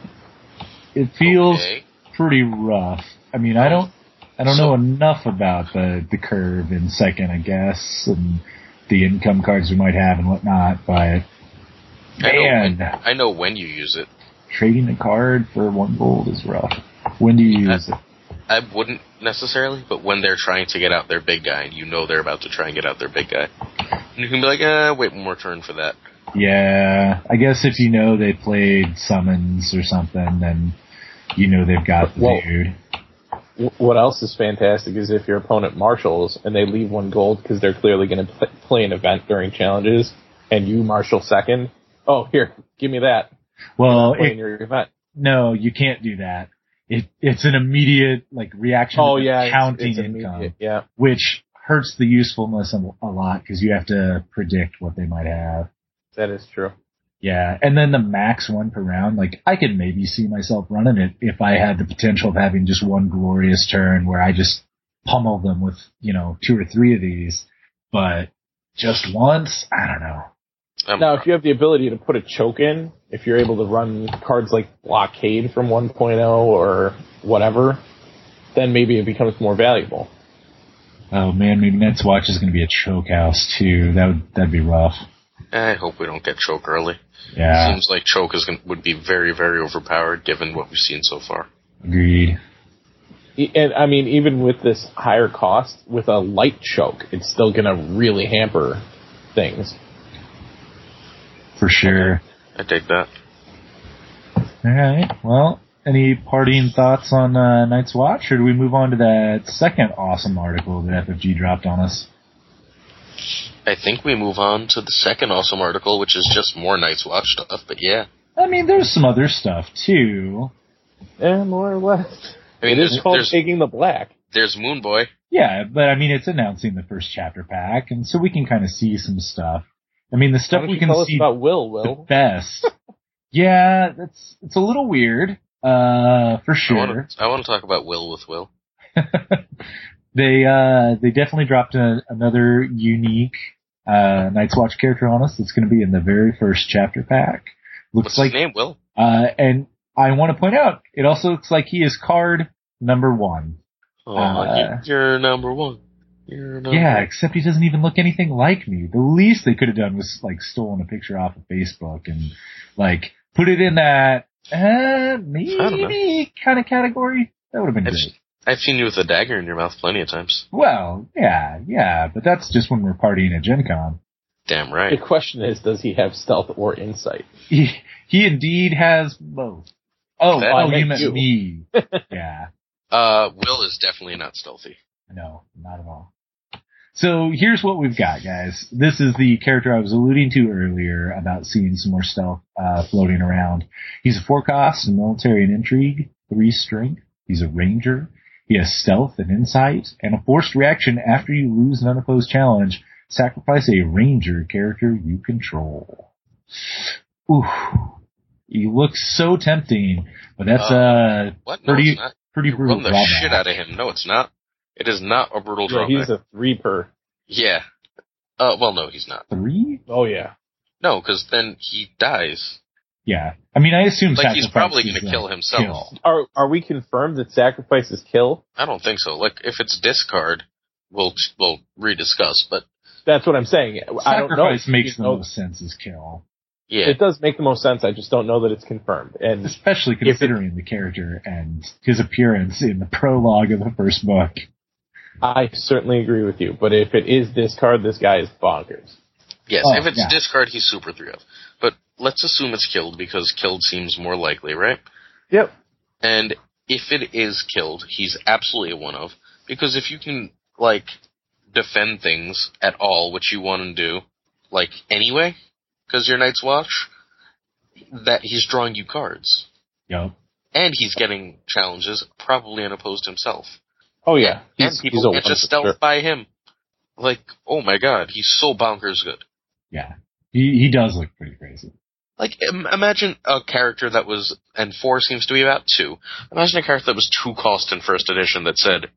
[SPEAKER 1] It feels
[SPEAKER 3] okay.
[SPEAKER 1] pretty rough. I mean, I don't, I don't know
[SPEAKER 3] So-
[SPEAKER 1] enough about the the curve in second, I guess, and the income cards we might have and whatnot. But
[SPEAKER 3] I know, when,
[SPEAKER 1] man,
[SPEAKER 3] I know when you use it.
[SPEAKER 1] trading a card for one gold is rough. When do you use it?
[SPEAKER 3] I wouldn't necessarily, but when they're trying to get out their big guy, and you know they're about to try and get out their big guy, and you can be like, uh, wait one more turn for that.
[SPEAKER 1] Yeah, I guess if you know they played summons or something, then you know they've got the
[SPEAKER 4] Well-
[SPEAKER 1] dude.
[SPEAKER 4] Wh- What else is fantastic is if your opponent marshals and they leave one gold because they're clearly going to pl- play an event during challenges, and you marshal second. Oh, here, give me that.
[SPEAKER 1] Well,
[SPEAKER 4] Play in
[SPEAKER 1] it-
[SPEAKER 4] your event.
[SPEAKER 1] no, you can't do that. It, it's an immediate like reaction.
[SPEAKER 4] Oh
[SPEAKER 1] to the
[SPEAKER 4] yeah, it's-
[SPEAKER 1] counting
[SPEAKER 4] it's
[SPEAKER 1] income.
[SPEAKER 4] immediate, Yeah.
[SPEAKER 1] which hurts the usefulness a, a lot because you have to predict what they might have.
[SPEAKER 4] That is true.
[SPEAKER 1] Yeah, and then the max one per round, like I could maybe see myself running it if I had the potential of having just one glorious turn where I just pummel them with, you know, two or three of these, but just once, I don't know.
[SPEAKER 3] I'm,
[SPEAKER 4] Now, if you have the ability to put a choke in, if you're able to run cards like Blockade from 1.0 or whatever, then maybe it becomes more valuable.
[SPEAKER 1] Oh man, maybe Nets Watch is going to be a choke house too. That would that'd be rough.
[SPEAKER 3] I hope we don't get choke early.
[SPEAKER 1] Yeah,
[SPEAKER 3] Seems like choke is going would be very very overpowered given what we've seen so far.
[SPEAKER 1] agreed.
[SPEAKER 4] E- And I mean, even with this higher cost, with a light choke, it's still going to really hamper things.
[SPEAKER 1] For sure.
[SPEAKER 3] I dig that.
[SPEAKER 1] All right. Well, any parting thoughts on uh, Night's Watch, or do we move on to that second awesome article that FFG dropped on us?
[SPEAKER 3] I think we move on to the second awesome article, which is just more Night's Watch stuff. But yeah,
[SPEAKER 1] I mean, there's some other stuff too.
[SPEAKER 4] Yeah, Eh, more or less.
[SPEAKER 3] I mean,
[SPEAKER 4] It is
[SPEAKER 3] there's
[SPEAKER 4] called
[SPEAKER 3] there's,
[SPEAKER 4] taking the black.
[SPEAKER 3] there's Moon Boy.
[SPEAKER 1] Yeah, but I mean, it's announcing the first chapter pack, and so we can kind of see some stuff. I mean, the
[SPEAKER 4] Why
[SPEAKER 1] stuff
[SPEAKER 4] don't
[SPEAKER 1] we
[SPEAKER 4] you
[SPEAKER 1] can
[SPEAKER 4] tell us
[SPEAKER 1] see
[SPEAKER 4] about Will,
[SPEAKER 1] the (laughs)
[SPEAKER 4] Will.
[SPEAKER 1] best.
[SPEAKER 4] (laughs)
[SPEAKER 1] yeah, that's it's a little weird, uh, for
[SPEAKER 3] I
[SPEAKER 1] sure.
[SPEAKER 3] want to I want to talk about Will with Will.
[SPEAKER 1] they uh they definitely dropped a, another unique uh Night's Watch character on us that's going to be in the very first chapter pack. Looks
[SPEAKER 3] What's
[SPEAKER 1] like
[SPEAKER 3] his name? Will.
[SPEAKER 1] uh and I want to point out it also looks like he is card number 1.
[SPEAKER 3] Oh,
[SPEAKER 1] Uh,
[SPEAKER 3] you, you're number one. You're number
[SPEAKER 1] Yeah,
[SPEAKER 3] One.
[SPEAKER 1] except he doesn't even look anything like me. The least they could have done was like stolen a picture off of Facebook and like put it in that uh
[SPEAKER 3] know.
[SPEAKER 1] maybe kind of category. That would have been
[SPEAKER 3] I've,
[SPEAKER 1] good.
[SPEAKER 3] s- I've seen you with a dagger in your mouth plenty of times.
[SPEAKER 1] Well, yeah, yeah, but that's just when we're partying at Gen Con.
[SPEAKER 3] Damn
[SPEAKER 4] The
[SPEAKER 3] right.
[SPEAKER 1] (laughs)
[SPEAKER 4] question is, does he have stealth or insight?
[SPEAKER 1] he he indeed has both. Oh,
[SPEAKER 3] That-
[SPEAKER 1] oh,
[SPEAKER 4] I
[SPEAKER 1] you
[SPEAKER 4] meant
[SPEAKER 1] meant
[SPEAKER 4] you.
[SPEAKER 1] me. yeah,
[SPEAKER 3] Uh, Will is definitely not stealthy.
[SPEAKER 1] no, not at all. So here's what we've got, guys. This is the character I was alluding to earlier about seeing some more stealth uh, floating around. He's a four cost, military and intrigue, three strength. He's a ranger. He has stealth and insight, and a forced reaction after you lose an unopposed challenge. Sacrifice a ranger character you control. Oof. He looks so tempting, but that's
[SPEAKER 3] Uh,
[SPEAKER 1] uh,
[SPEAKER 3] What? No,
[SPEAKER 1] Pretty-
[SPEAKER 3] it's not.
[SPEAKER 1] pretty
[SPEAKER 3] You
[SPEAKER 1] brutal.
[SPEAKER 3] run the
[SPEAKER 1] drawback.
[SPEAKER 3] shit out of him. No, it's not. It is not a brutal
[SPEAKER 4] Yeah,
[SPEAKER 3] drawback.
[SPEAKER 4] he's a three per.
[SPEAKER 3] yeah. Uh, well, no, he's not.
[SPEAKER 1] Three?
[SPEAKER 4] Oh yeah.
[SPEAKER 3] No, because then he dies.
[SPEAKER 1] Yeah. I mean, I assume
[SPEAKER 3] Like he's
[SPEAKER 1] sacrifice
[SPEAKER 3] probably
[SPEAKER 1] is
[SPEAKER 3] going to
[SPEAKER 1] the
[SPEAKER 3] kill himself.
[SPEAKER 1] kill.
[SPEAKER 4] Are are we confirmed that sacrifice is kill?
[SPEAKER 3] I don't think so. Like if it's discard, we'll we'll rediscuss. But
[SPEAKER 4] That's what I'm saying. I don't know.
[SPEAKER 1] Sacrifice makes the
[SPEAKER 4] You know,
[SPEAKER 1] most sense as kill,
[SPEAKER 3] yeah,
[SPEAKER 4] It does make the most sense. I just don't know that it's confirmed. (laughs) And
[SPEAKER 1] especially
[SPEAKER 4] it-
[SPEAKER 1] considering the character and his appearance in the prologue of the first book.
[SPEAKER 4] I certainly agree with you. But if it is this card, this guy is bonkers.
[SPEAKER 3] yes.
[SPEAKER 1] oh,
[SPEAKER 3] if it's
[SPEAKER 1] yeah.
[SPEAKER 3] discard, he's super three of. But let's assume it's killed because killed seems more likely, right?
[SPEAKER 4] Yep.
[SPEAKER 3] And if it is killed, he's absolutely a one of because if you can like defend things at all, which you want to do, like anyway, because your Night's Watch, that he's drawing you cards
[SPEAKER 1] Yup.
[SPEAKER 3] and he's getting challenges probably unopposed himself.
[SPEAKER 4] Oh yeah.
[SPEAKER 3] and people
[SPEAKER 4] a
[SPEAKER 3] can't just
[SPEAKER 4] one
[SPEAKER 3] stealth
[SPEAKER 4] for sure.
[SPEAKER 3] by him. Like, oh my god, he's so bonkers good.
[SPEAKER 1] Yeah. He he does look pretty crazy.
[SPEAKER 3] Like, Im- imagine a character that was, and four seems to be about two. Imagine a character that was two cost in first edition that said,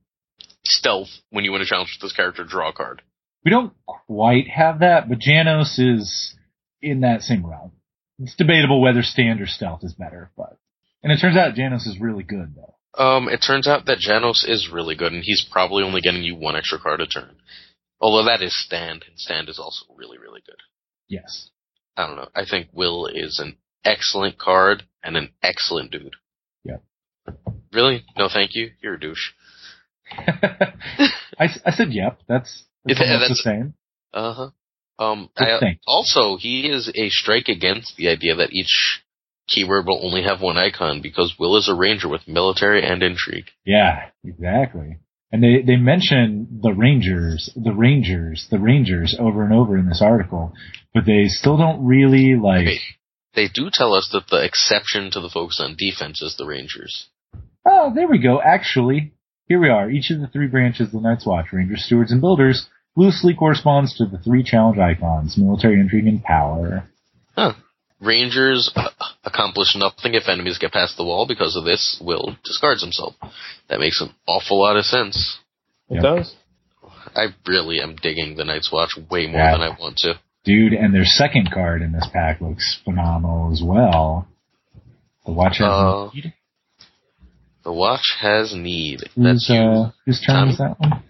[SPEAKER 3] stealth when you win a challenge with this character, draw a card.
[SPEAKER 1] We don't quite have that, but Janos is in that same realm. It's debatable whether stand or stealth is better, but and it turns out Janos is really good though.
[SPEAKER 3] Um, it turns out that Janos is really good, and he's probably only getting you one extra card a turn. Although that is Stand, and Stand is also really, really good.
[SPEAKER 1] Yes. (laughs)
[SPEAKER 3] I don't know. I think Will is an excellent card and an excellent dude.
[SPEAKER 1] Yeah.
[SPEAKER 3] Really? No, thank you. You're a douche.
[SPEAKER 1] I, s- I said yep. That's that's,
[SPEAKER 3] Yeah,
[SPEAKER 1] almost
[SPEAKER 3] that's-
[SPEAKER 1] the same.
[SPEAKER 3] Uh huh. Um,
[SPEAKER 1] Good
[SPEAKER 3] I,
[SPEAKER 1] thing.
[SPEAKER 3] also, he is a strike against the idea that each keyword will only have one icon because Will is a ranger with military and intrigue.
[SPEAKER 1] Yeah, exactly. And they, they mention the Rangers, the Rangers, the Rangers over and over in this article, but they still don't really like.
[SPEAKER 3] Wait. They do tell us that the exception to the focus on defense is the Rangers.
[SPEAKER 1] Oh, there we go. Actually, here we are. Each of the three branches of the Night's Watch, Rangers, Stewards, and Builders, loosely corresponds to the three challenge icons, military intrigue and power.
[SPEAKER 3] Rangers uh, accomplish nothing if enemies get past the wall because of this. Will discards himself. That makes an awful lot of sense.
[SPEAKER 4] It
[SPEAKER 1] Yeah.
[SPEAKER 4] does.
[SPEAKER 3] I really am digging the Night's Watch way more
[SPEAKER 1] Yeah.
[SPEAKER 3] than I want to.
[SPEAKER 1] Dude, and their second card in this pack looks phenomenal as well. The Watch has
[SPEAKER 3] Uh,
[SPEAKER 1] need.
[SPEAKER 3] The Watch has need. That's
[SPEAKER 1] Who's,
[SPEAKER 3] you.
[SPEAKER 1] uh, whose turn is that one?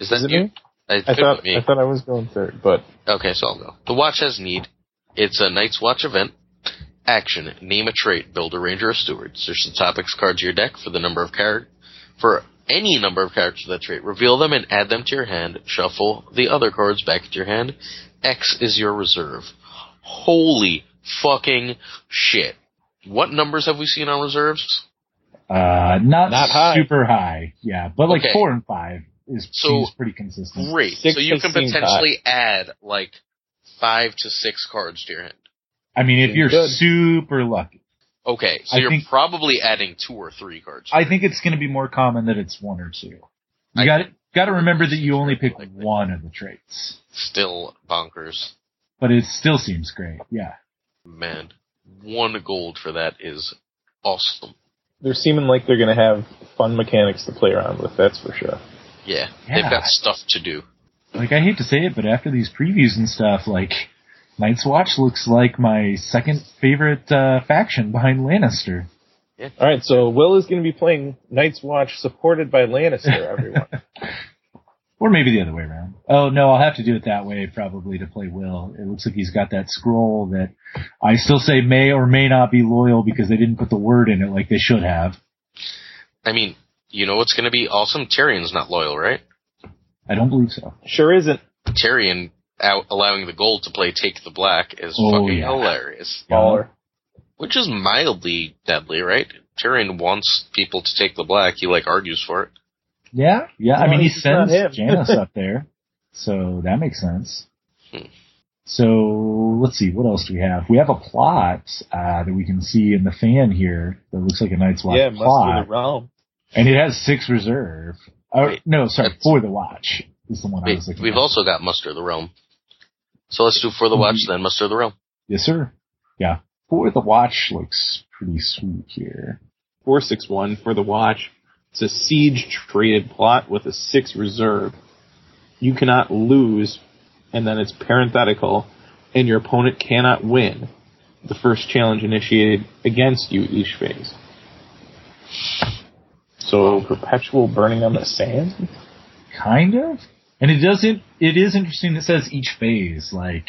[SPEAKER 3] Is that
[SPEAKER 4] Is it
[SPEAKER 3] you?
[SPEAKER 4] me?
[SPEAKER 3] I,
[SPEAKER 4] I
[SPEAKER 3] could be
[SPEAKER 4] thought
[SPEAKER 3] me.
[SPEAKER 4] I thought I was going third, but
[SPEAKER 3] Okay, so I'll go. The watch has need. It's a Night's Watch event. Action: Name a trait, build a ranger or steward. Search the topics cards of your deck for the number of character for any number of characters of that trait. Reveal them and add them to your hand. Shuffle the other cards back into your hand. X is your reserve. Holy fucking shit! What numbers have we seen on reserves?
[SPEAKER 1] Uh, not,
[SPEAKER 4] Not high.
[SPEAKER 1] super high. Yeah, but like
[SPEAKER 3] Okay.
[SPEAKER 1] four and five is
[SPEAKER 3] So-
[SPEAKER 1] seems pretty consistent.
[SPEAKER 3] Great.
[SPEAKER 4] Six
[SPEAKER 3] so you can
[SPEAKER 4] has seen
[SPEAKER 3] potentially add like five to six cards to your hand.
[SPEAKER 1] I mean, if
[SPEAKER 4] Seems
[SPEAKER 1] you're
[SPEAKER 4] good.
[SPEAKER 1] super lucky,
[SPEAKER 3] Okay, so
[SPEAKER 1] I
[SPEAKER 3] you're
[SPEAKER 1] think-
[SPEAKER 3] probably adding two or three cards.
[SPEAKER 1] I think it's going to be more common that it's one or two.
[SPEAKER 3] I-
[SPEAKER 1] You got got to remember that you only pick one of the traits,
[SPEAKER 3] still bonkers.
[SPEAKER 1] but it still seems great. Yeah,
[SPEAKER 3] Man, one gold for that is awesome.
[SPEAKER 4] they're seeming like they're going to have fun mechanics to play around with. That's for sure.
[SPEAKER 3] Yeah,
[SPEAKER 1] Yeah.
[SPEAKER 3] they've got stuff to do.
[SPEAKER 1] like I hate to say it, but after these previews and stuff, like Night's Watch looks like my second favorite uh, faction behind Lannister.
[SPEAKER 4] All right, so Will is going to be playing Night's Watch, supported by Lannister. (laughs) Everyone.
[SPEAKER 1] Or maybe the other way around. Oh no, I'll have to do it that way probably to play Will. It looks like he's got that scroll that I still say may or may not be loyal because they didn't put the word in it like they should have.
[SPEAKER 3] I mean, you know what's going to be awesome? Tyrion's not loyal, right?
[SPEAKER 1] I don't believe so.
[SPEAKER 4] sure isn't.
[SPEAKER 3] Tyrion out allowing the gold to play Take the Black is
[SPEAKER 1] Oh,
[SPEAKER 3] fucking
[SPEAKER 1] yeah.
[SPEAKER 3] hilarious.
[SPEAKER 4] Baller.
[SPEAKER 3] Which is mildly deadly, right? Tyrion wants people to take the black. He like argues for it.
[SPEAKER 1] Yeah, yeah. I
[SPEAKER 4] No,
[SPEAKER 1] mean, he
[SPEAKER 4] it's not
[SPEAKER 1] sends
[SPEAKER 4] him. (laughs)
[SPEAKER 1] Janice up there, so that makes sense.
[SPEAKER 3] Hmm.
[SPEAKER 1] So let's see, what else do we have? We have a plot uh, that we can see in the fan here that looks like a Night's Watch
[SPEAKER 4] Yeah, must be
[SPEAKER 1] plot,
[SPEAKER 4] the realm.
[SPEAKER 1] and it has six reserve. Oh
[SPEAKER 3] Wait,
[SPEAKER 1] no, sorry,
[SPEAKER 3] that's-
[SPEAKER 1] for the watch is the one I
[SPEAKER 3] We,
[SPEAKER 1] was looking.
[SPEAKER 3] we've
[SPEAKER 1] at.
[SPEAKER 3] also
[SPEAKER 1] Mm-hmm.
[SPEAKER 3] got Muster the Realm. So let's do for the watch, then Muster the Realm.
[SPEAKER 1] yes, sir. Yeah, Boy, the watch looks pretty sweet here.
[SPEAKER 4] 461 for the watch. It's a siege traded plot with a 6 reserve. You cannot lose, and then it's parenthetical, and your opponent cannot win the first challenge initiated against you each phase. So, perpetual burning on the sand?
[SPEAKER 1] Kind of. And it doesn't, it is interesting. It says each phase, like,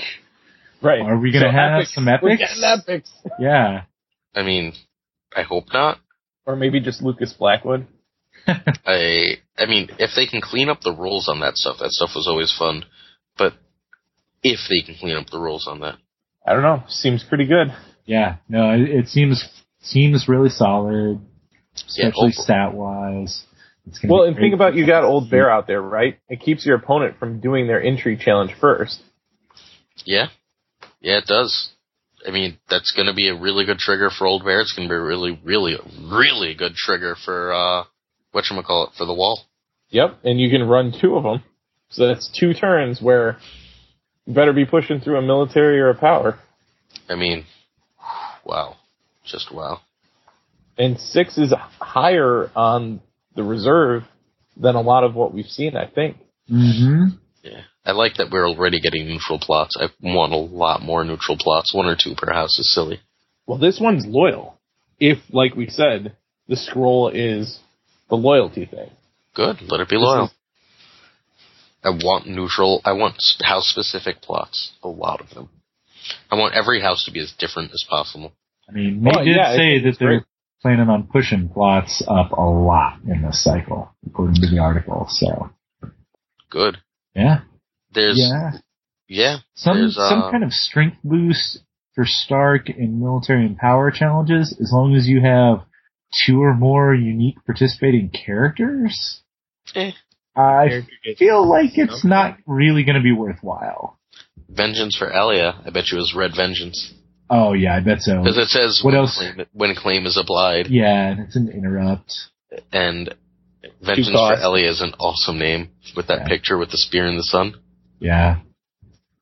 [SPEAKER 4] Right.
[SPEAKER 1] Are we gonna have some
[SPEAKER 4] We're
[SPEAKER 1] epics?
[SPEAKER 4] getting epics.
[SPEAKER 1] yeah.
[SPEAKER 3] I mean, I hope not.
[SPEAKER 4] Or maybe just Lucas Blackwood.
[SPEAKER 3] I I mean, if they can clean up the rules on that stuff, that stuff was always fun. But if they can clean up the rules on that,
[SPEAKER 4] I don't know. Seems pretty good.
[SPEAKER 1] Yeah. No, it, it seems, seems really solid,
[SPEAKER 3] Yeah,
[SPEAKER 1] especially
[SPEAKER 3] hopeful.
[SPEAKER 1] stat wise.
[SPEAKER 4] Well, and think about you got Old Bear out there, right? It keeps your opponent from doing their entry challenge first.
[SPEAKER 3] yeah, yeah, it does. I mean, that's going to be a really good trigger for Old Bear. It's going to be a really, really, really good trigger for uh, what call it for the wall.
[SPEAKER 4] Yep, and you can run two of them. So that's two turns where you better be pushing through a military or a power.
[SPEAKER 3] I mean, wow, just wow.
[SPEAKER 4] And six is higher on the reserve than a lot of what we've seen, I think.
[SPEAKER 1] hmm
[SPEAKER 3] Yeah, I like that we're already getting neutral plots. I want a lot more neutral plots. One or two per house is silly.
[SPEAKER 4] Well, this one's loyal. If, like we said, the scroll is the loyalty thing.
[SPEAKER 3] Good, let it be loyal. I want neutral. I want s- house specific plots. A lot of them. I want every house to be as different as possible.
[SPEAKER 1] I mean, they
[SPEAKER 4] Oh,
[SPEAKER 1] did
[SPEAKER 4] yeah, it-
[SPEAKER 1] say that
[SPEAKER 4] it's
[SPEAKER 1] they're
[SPEAKER 4] great.
[SPEAKER 1] planning on pushing plots up a lot in this cycle, according to the article. So,
[SPEAKER 3] Good.
[SPEAKER 1] yeah.
[SPEAKER 3] There's yeah.
[SPEAKER 1] yeah. Some,
[SPEAKER 3] There's, uh,
[SPEAKER 1] some kind of strength boost for Stark in military and power challenges, as long as you have two or more unique participating characters.
[SPEAKER 3] Eh.
[SPEAKER 1] I feel like it's not really going to be worthwhile.
[SPEAKER 3] Vengeance for Alia. I bet you is red vengeance
[SPEAKER 1] Oh yeah, I bet so.
[SPEAKER 3] because it says
[SPEAKER 1] What
[SPEAKER 3] when
[SPEAKER 1] else?
[SPEAKER 3] Claim, when claim is applied
[SPEAKER 1] Yeah, and it's an interrupt.
[SPEAKER 3] and Vengeance for
[SPEAKER 4] cost.
[SPEAKER 3] Alia is an awesome name with that
[SPEAKER 1] Yeah.
[SPEAKER 3] picture with the spear in the sun.
[SPEAKER 1] Yeah,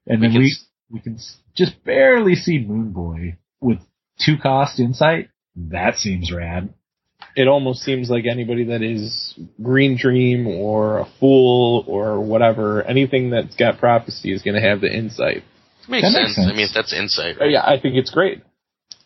[SPEAKER 1] and
[SPEAKER 3] We
[SPEAKER 1] then
[SPEAKER 3] can
[SPEAKER 1] we
[SPEAKER 3] s-
[SPEAKER 1] we can s- just barely see Moon Boy with two cost insight. That seems rad.
[SPEAKER 4] it almost seems like anybody that is Green Dream or a fool or whatever, anything that's got prophecy is going to have the insight.
[SPEAKER 1] That
[SPEAKER 3] Makes, sense.
[SPEAKER 1] makes
[SPEAKER 3] I
[SPEAKER 1] sense.
[SPEAKER 3] mean, that's insight.
[SPEAKER 4] Uh,
[SPEAKER 3] Right?
[SPEAKER 4] yeah, I think it's great.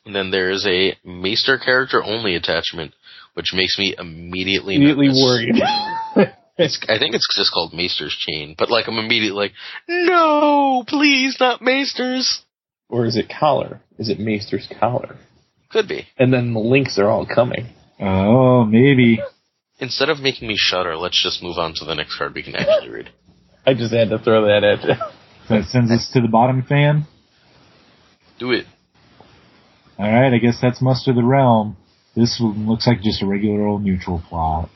[SPEAKER 3] And then there is a Maester character only attachment, which makes me immediately
[SPEAKER 4] Immediately
[SPEAKER 3] nervous.
[SPEAKER 4] worried.
[SPEAKER 3] It's, I think it's just called Maester's Chain, but like I'm immediately like, no, please, not Maester's.
[SPEAKER 4] (laughs) or is it collar? Is it Maester's collar?
[SPEAKER 3] Could be.
[SPEAKER 4] And then the links are all coming.
[SPEAKER 1] Oh, maybe.
[SPEAKER 3] Instead of making me shudder, let's just move on to the next card we can actually read.
[SPEAKER 4] I just had to throw that at you. (laughs)
[SPEAKER 1] That sends us to the bottom fan.
[SPEAKER 3] Do it.
[SPEAKER 1] All right, I guess that's Muster the Realm. This one looks like just a regular old neutral plot.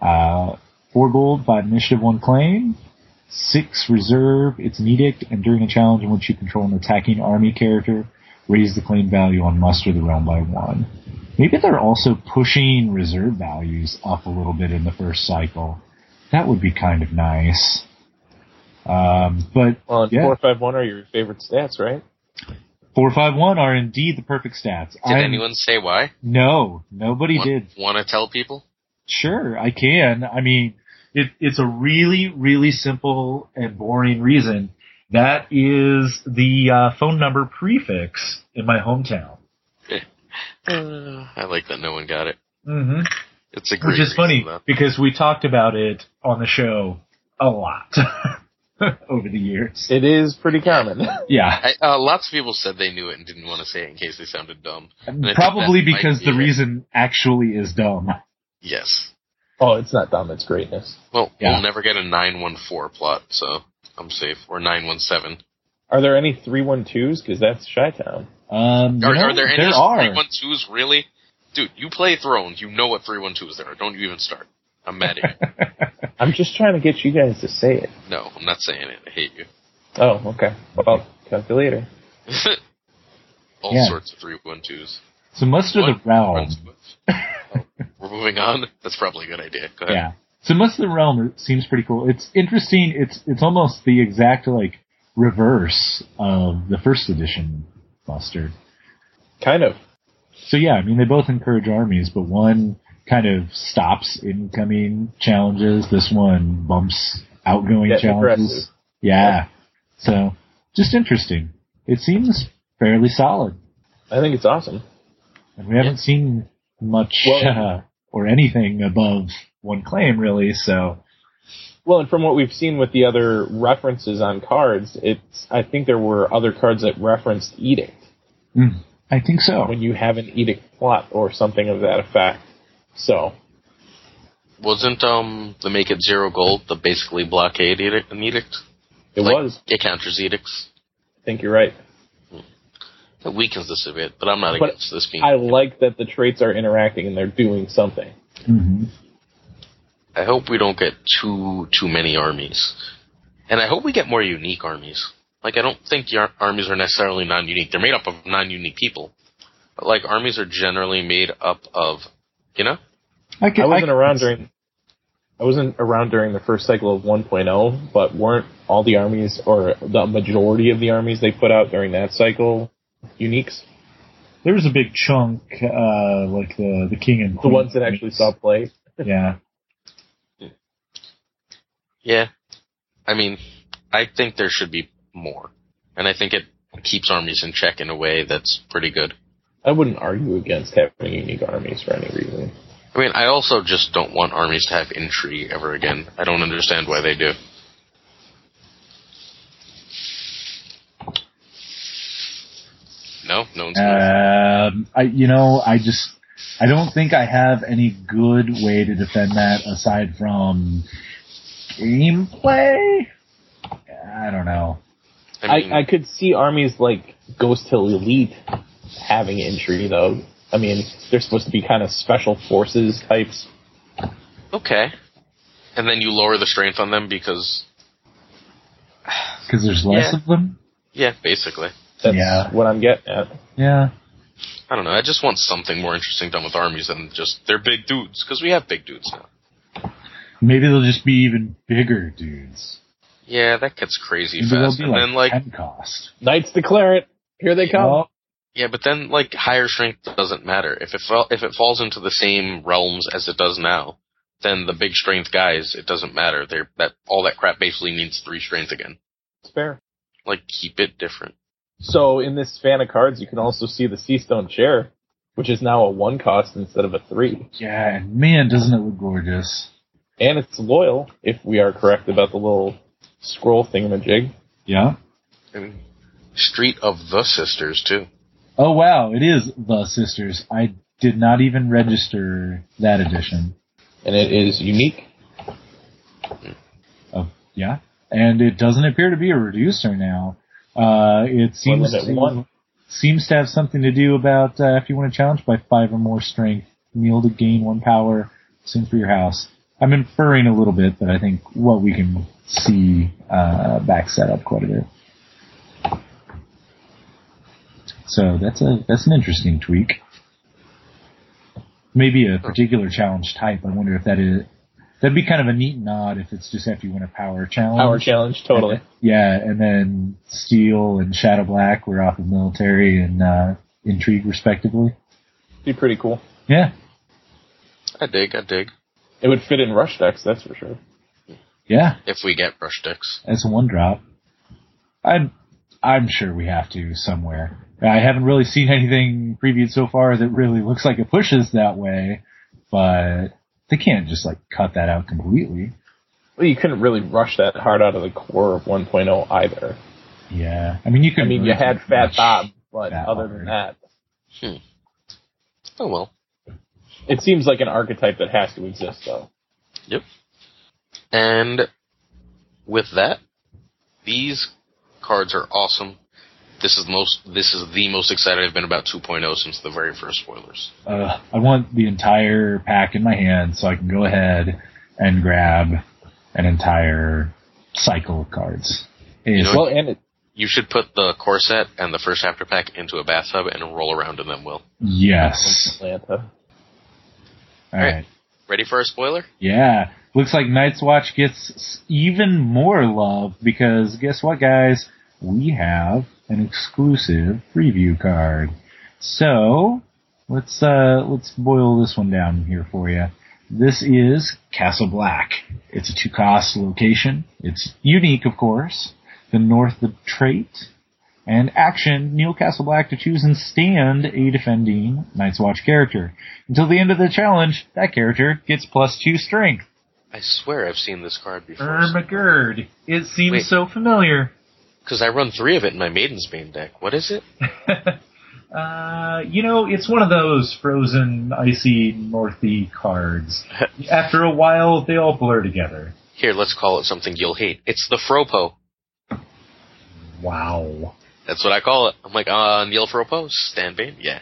[SPEAKER 1] Uh, four gold, five initiative, one claim. Six reserve, it's an edict, and during a challenge in which you control an attacking army character, raise the claim value on Muster the Realm by one. Maybe they're also pushing reserve values up a little bit in the first cycle. That would be kind of nice. Um, but
[SPEAKER 4] Well,
[SPEAKER 1] Yeah.
[SPEAKER 4] four five one are your favorite stats, right?
[SPEAKER 1] four, five, one are indeed the perfect stats.
[SPEAKER 3] Did
[SPEAKER 1] I'm-
[SPEAKER 3] anyone say why?
[SPEAKER 1] No, nobody did.
[SPEAKER 3] Want to tell people?
[SPEAKER 1] Sure, I can. I mean, it, it's a really, really simple and boring reason. That is the uh, phone number prefix in my hometown,
[SPEAKER 3] Uh, I like that no one got it.
[SPEAKER 1] mm-hmm.
[SPEAKER 3] It's a great
[SPEAKER 1] which is
[SPEAKER 3] reason,
[SPEAKER 1] funny
[SPEAKER 3] though.
[SPEAKER 1] because we talked about it on the show a lot (laughs) over the years.
[SPEAKER 4] It is pretty common. (laughs)
[SPEAKER 1] Yeah,
[SPEAKER 3] I, uh, lots of people said they knew it and didn't want to say it in case they sounded dumb. And I think
[SPEAKER 1] probably
[SPEAKER 3] that might
[SPEAKER 1] because
[SPEAKER 3] be
[SPEAKER 1] the
[SPEAKER 3] it.
[SPEAKER 1] reason actually is dumb.
[SPEAKER 3] Yes.
[SPEAKER 4] oh, it's not dumb. It's greatness.
[SPEAKER 3] Well,
[SPEAKER 1] Yeah.
[SPEAKER 3] we'll never get a 914 plot, so I'm safe. Or 917.
[SPEAKER 4] Are there any three one twos? Because that's Chi Town.
[SPEAKER 1] Um,
[SPEAKER 3] Are,
[SPEAKER 1] no,
[SPEAKER 3] are there any
[SPEAKER 1] there are.
[SPEAKER 3] 312s really? Dude, you play Thrones. You know what 312s there are. Don't you even start. I'm mad at you.
[SPEAKER 4] I'm just trying to get you guys to say it.
[SPEAKER 3] no, I'm not saying it. I hate you. (laughs)
[SPEAKER 4] Oh, okay. Well, calculator.
[SPEAKER 3] All
[SPEAKER 1] Yeah.
[SPEAKER 3] sorts of 312s.
[SPEAKER 1] So muster the
[SPEAKER 3] What?
[SPEAKER 1] realm.
[SPEAKER 3] Oh, we're moving on. That's probably a good idea. Go ahead.
[SPEAKER 1] Yeah. So most of the realm seems pretty cool. It's interesting. It's it's almost the exact like reverse of the first edition mustard.
[SPEAKER 4] Kind of.
[SPEAKER 1] So yeah, I mean they both encourage armies, but one kind of stops incoming challenges. This one bumps outgoing
[SPEAKER 4] Gets
[SPEAKER 1] challenges.
[SPEAKER 4] aggressive.
[SPEAKER 1] Yeah. So just interesting. It seems fairly solid,
[SPEAKER 4] I think it's awesome.
[SPEAKER 1] and we haven't seen much
[SPEAKER 4] Well-
[SPEAKER 1] uh, or anything above one claim really. So
[SPEAKER 4] Well, and from what we've seen with the other references on cards, it's I think there were other cards that referenced edict
[SPEAKER 1] I think so.
[SPEAKER 4] when you have an edict plot or something of that effect. So
[SPEAKER 3] Wasn't um the make it zero gold the basically blockade edict, an edict?
[SPEAKER 4] it
[SPEAKER 3] Like-
[SPEAKER 4] was.
[SPEAKER 3] It counters edicts.
[SPEAKER 4] I think you're right.
[SPEAKER 3] It weakens this a bit, but I'm not
[SPEAKER 4] But
[SPEAKER 3] against this being.
[SPEAKER 4] I like that the traits are interacting and they're doing something.
[SPEAKER 1] hmm
[SPEAKER 3] I hope we don't get too too many armies, and I hope we get more unique armies. Like I don't think the ar- armies are necessarily non-unique. They're made up of non-unique people, but like armies are generally made up of, you know,
[SPEAKER 1] I, can,
[SPEAKER 4] I wasn't around during I wasn't around during the first cycle of 1.0, but weren't all the armies or the majority of the armies they put out during that cycle uniques?
[SPEAKER 1] There was a big chunk, uh, like the the king and
[SPEAKER 4] The
[SPEAKER 1] queen
[SPEAKER 4] ones that actually saw play.
[SPEAKER 1] (laughs) Yeah,
[SPEAKER 3] yeah. I mean, I think there should be more, and I think it keeps armies in check in a way that's pretty good.
[SPEAKER 4] I wouldn't argue against having unique armies for any reason.
[SPEAKER 3] I mean, I also just don't want armies to have intrigue ever again. I don't understand why they do. No, no one's.
[SPEAKER 1] um, I you know I just I don't think I have any good way to defend that aside from gameplay. I don't know.
[SPEAKER 3] I, mean,
[SPEAKER 4] I, I could see armies like Ghost Hill Elite having intrigue though. I mean, they're supposed to be kind of special forces types.
[SPEAKER 3] okay. And then you lower the strength on them because,
[SPEAKER 1] Because there's less
[SPEAKER 3] Yeah.
[SPEAKER 1] of them.
[SPEAKER 3] yeah, basically.
[SPEAKER 4] That's
[SPEAKER 1] Yeah.
[SPEAKER 4] what I'm getting at.
[SPEAKER 1] Yeah.
[SPEAKER 3] I don't know. I just want something more interesting done with armies than just they're big dudes because we have big dudes now.
[SPEAKER 1] Maybe they'll just be even bigger dudes.
[SPEAKER 3] Yeah, that gets crazy
[SPEAKER 1] Maybe they'll
[SPEAKER 3] fast.
[SPEAKER 1] be
[SPEAKER 3] And then
[SPEAKER 1] like
[SPEAKER 3] like,
[SPEAKER 1] ten cost.
[SPEAKER 4] Knights declare it. Here they come.
[SPEAKER 1] Well,
[SPEAKER 3] Yeah, but then like higher strength doesn't matter. If it fell, if it falls into the same realms as it does now, then the big strength guys, it doesn't matter. They're that all that crap basically means three strength again.
[SPEAKER 4] It's fair.
[SPEAKER 3] Like keep it different.
[SPEAKER 4] So in this span of cards, you can also see the Sea Stone Chair, which is now a one cost instead of a three,
[SPEAKER 1] yeah, and man, doesn't it look gorgeous?
[SPEAKER 4] and it's loyal if we are correct about the little scroll thingamajig.
[SPEAKER 1] Yeah.
[SPEAKER 3] I mean, Street of the Sisters too.
[SPEAKER 1] Oh wow, it is the sisters. I did not even register that edition
[SPEAKER 4] And it is unique.
[SPEAKER 1] of yeah, and it doesn't appear to be a reducer now. Uh, it seems
[SPEAKER 4] limit
[SPEAKER 1] to,
[SPEAKER 4] one.
[SPEAKER 1] seems to have something to do about uh, if you want to challenge by five or more strength, kneel to gain one power, sing for your house. I'm inferring a little bit, but I think what we can see uh, backs that up quite a bit. So that's a that's an interesting tweak. Maybe a particular challenge type. I wonder if that is that'd be kind of a neat nod if it's just after you win a power challenge.
[SPEAKER 4] Power challenge, totally.
[SPEAKER 1] Yeah, and then Steel and Shadow Black were off of military and uh, intrigue respectively.
[SPEAKER 4] Be pretty cool.
[SPEAKER 1] Yeah,
[SPEAKER 3] I dig, I dig.
[SPEAKER 4] It would fit in rush decks, that's for sure.
[SPEAKER 1] yeah,
[SPEAKER 3] If we get brush decks,
[SPEAKER 1] that's a one drop. I'm I'm sure we have to somewhere. I haven't really seen anything previewed so far that really looks like it pushes that way, but they can't just like cut that out completely.
[SPEAKER 4] Well, you couldn't really rush that hard out of the core of 1.0 either.
[SPEAKER 1] Yeah, I mean you
[SPEAKER 4] I
[SPEAKER 1] can.
[SPEAKER 4] mean, you had Mm-hmm. Fat Bob, but
[SPEAKER 1] that
[SPEAKER 4] other than
[SPEAKER 1] hard.
[SPEAKER 4] that,
[SPEAKER 3] oh well.
[SPEAKER 4] it seems like an archetype that has to exist, though.
[SPEAKER 3] And with that, these cards are awesome. This is most. This is the most excited I've been about 2.0 since the very first spoilers.
[SPEAKER 1] uh, I want the entire pack in my hand so I can go ahead and grab an entire cycle of cards. If-
[SPEAKER 3] know-
[SPEAKER 4] Well, and it,
[SPEAKER 3] You should put the corset and the first after pack into a bathtub and roll around in them, Will.
[SPEAKER 1] yes.
[SPEAKER 4] Atlanta.
[SPEAKER 1] All right.
[SPEAKER 3] Ready for a spoiler?
[SPEAKER 1] Yeah. Looks like Night's Watch gets s- even more love because guess what, guys? We have an exclusive preview card. So let's uh, let's boil this one down here for you. This is Castle Black. It's a two-cost location. It's unique, of course. The North the trait and action. Kneel Castle Black to choose and stand a defending Night's Watch character until the end of the challenge. That character gets plus two strength.
[SPEAKER 3] I swear I've seen this card before.
[SPEAKER 1] Ermagerd. It seems
[SPEAKER 3] Wait.
[SPEAKER 1] so familiar.
[SPEAKER 3] Because I run three of it in my Maiden's Bane deck. What is it?
[SPEAKER 1] Uh, you know, it's one of those frozen, icy, northy cards. After a while, they all blur together.
[SPEAKER 3] Here, let's call it something you'll hate. It's the Fropo.
[SPEAKER 1] Wow.
[SPEAKER 3] That's what I call it. I'm like, uh, Neil Fropo, Stan Bane? Yeah.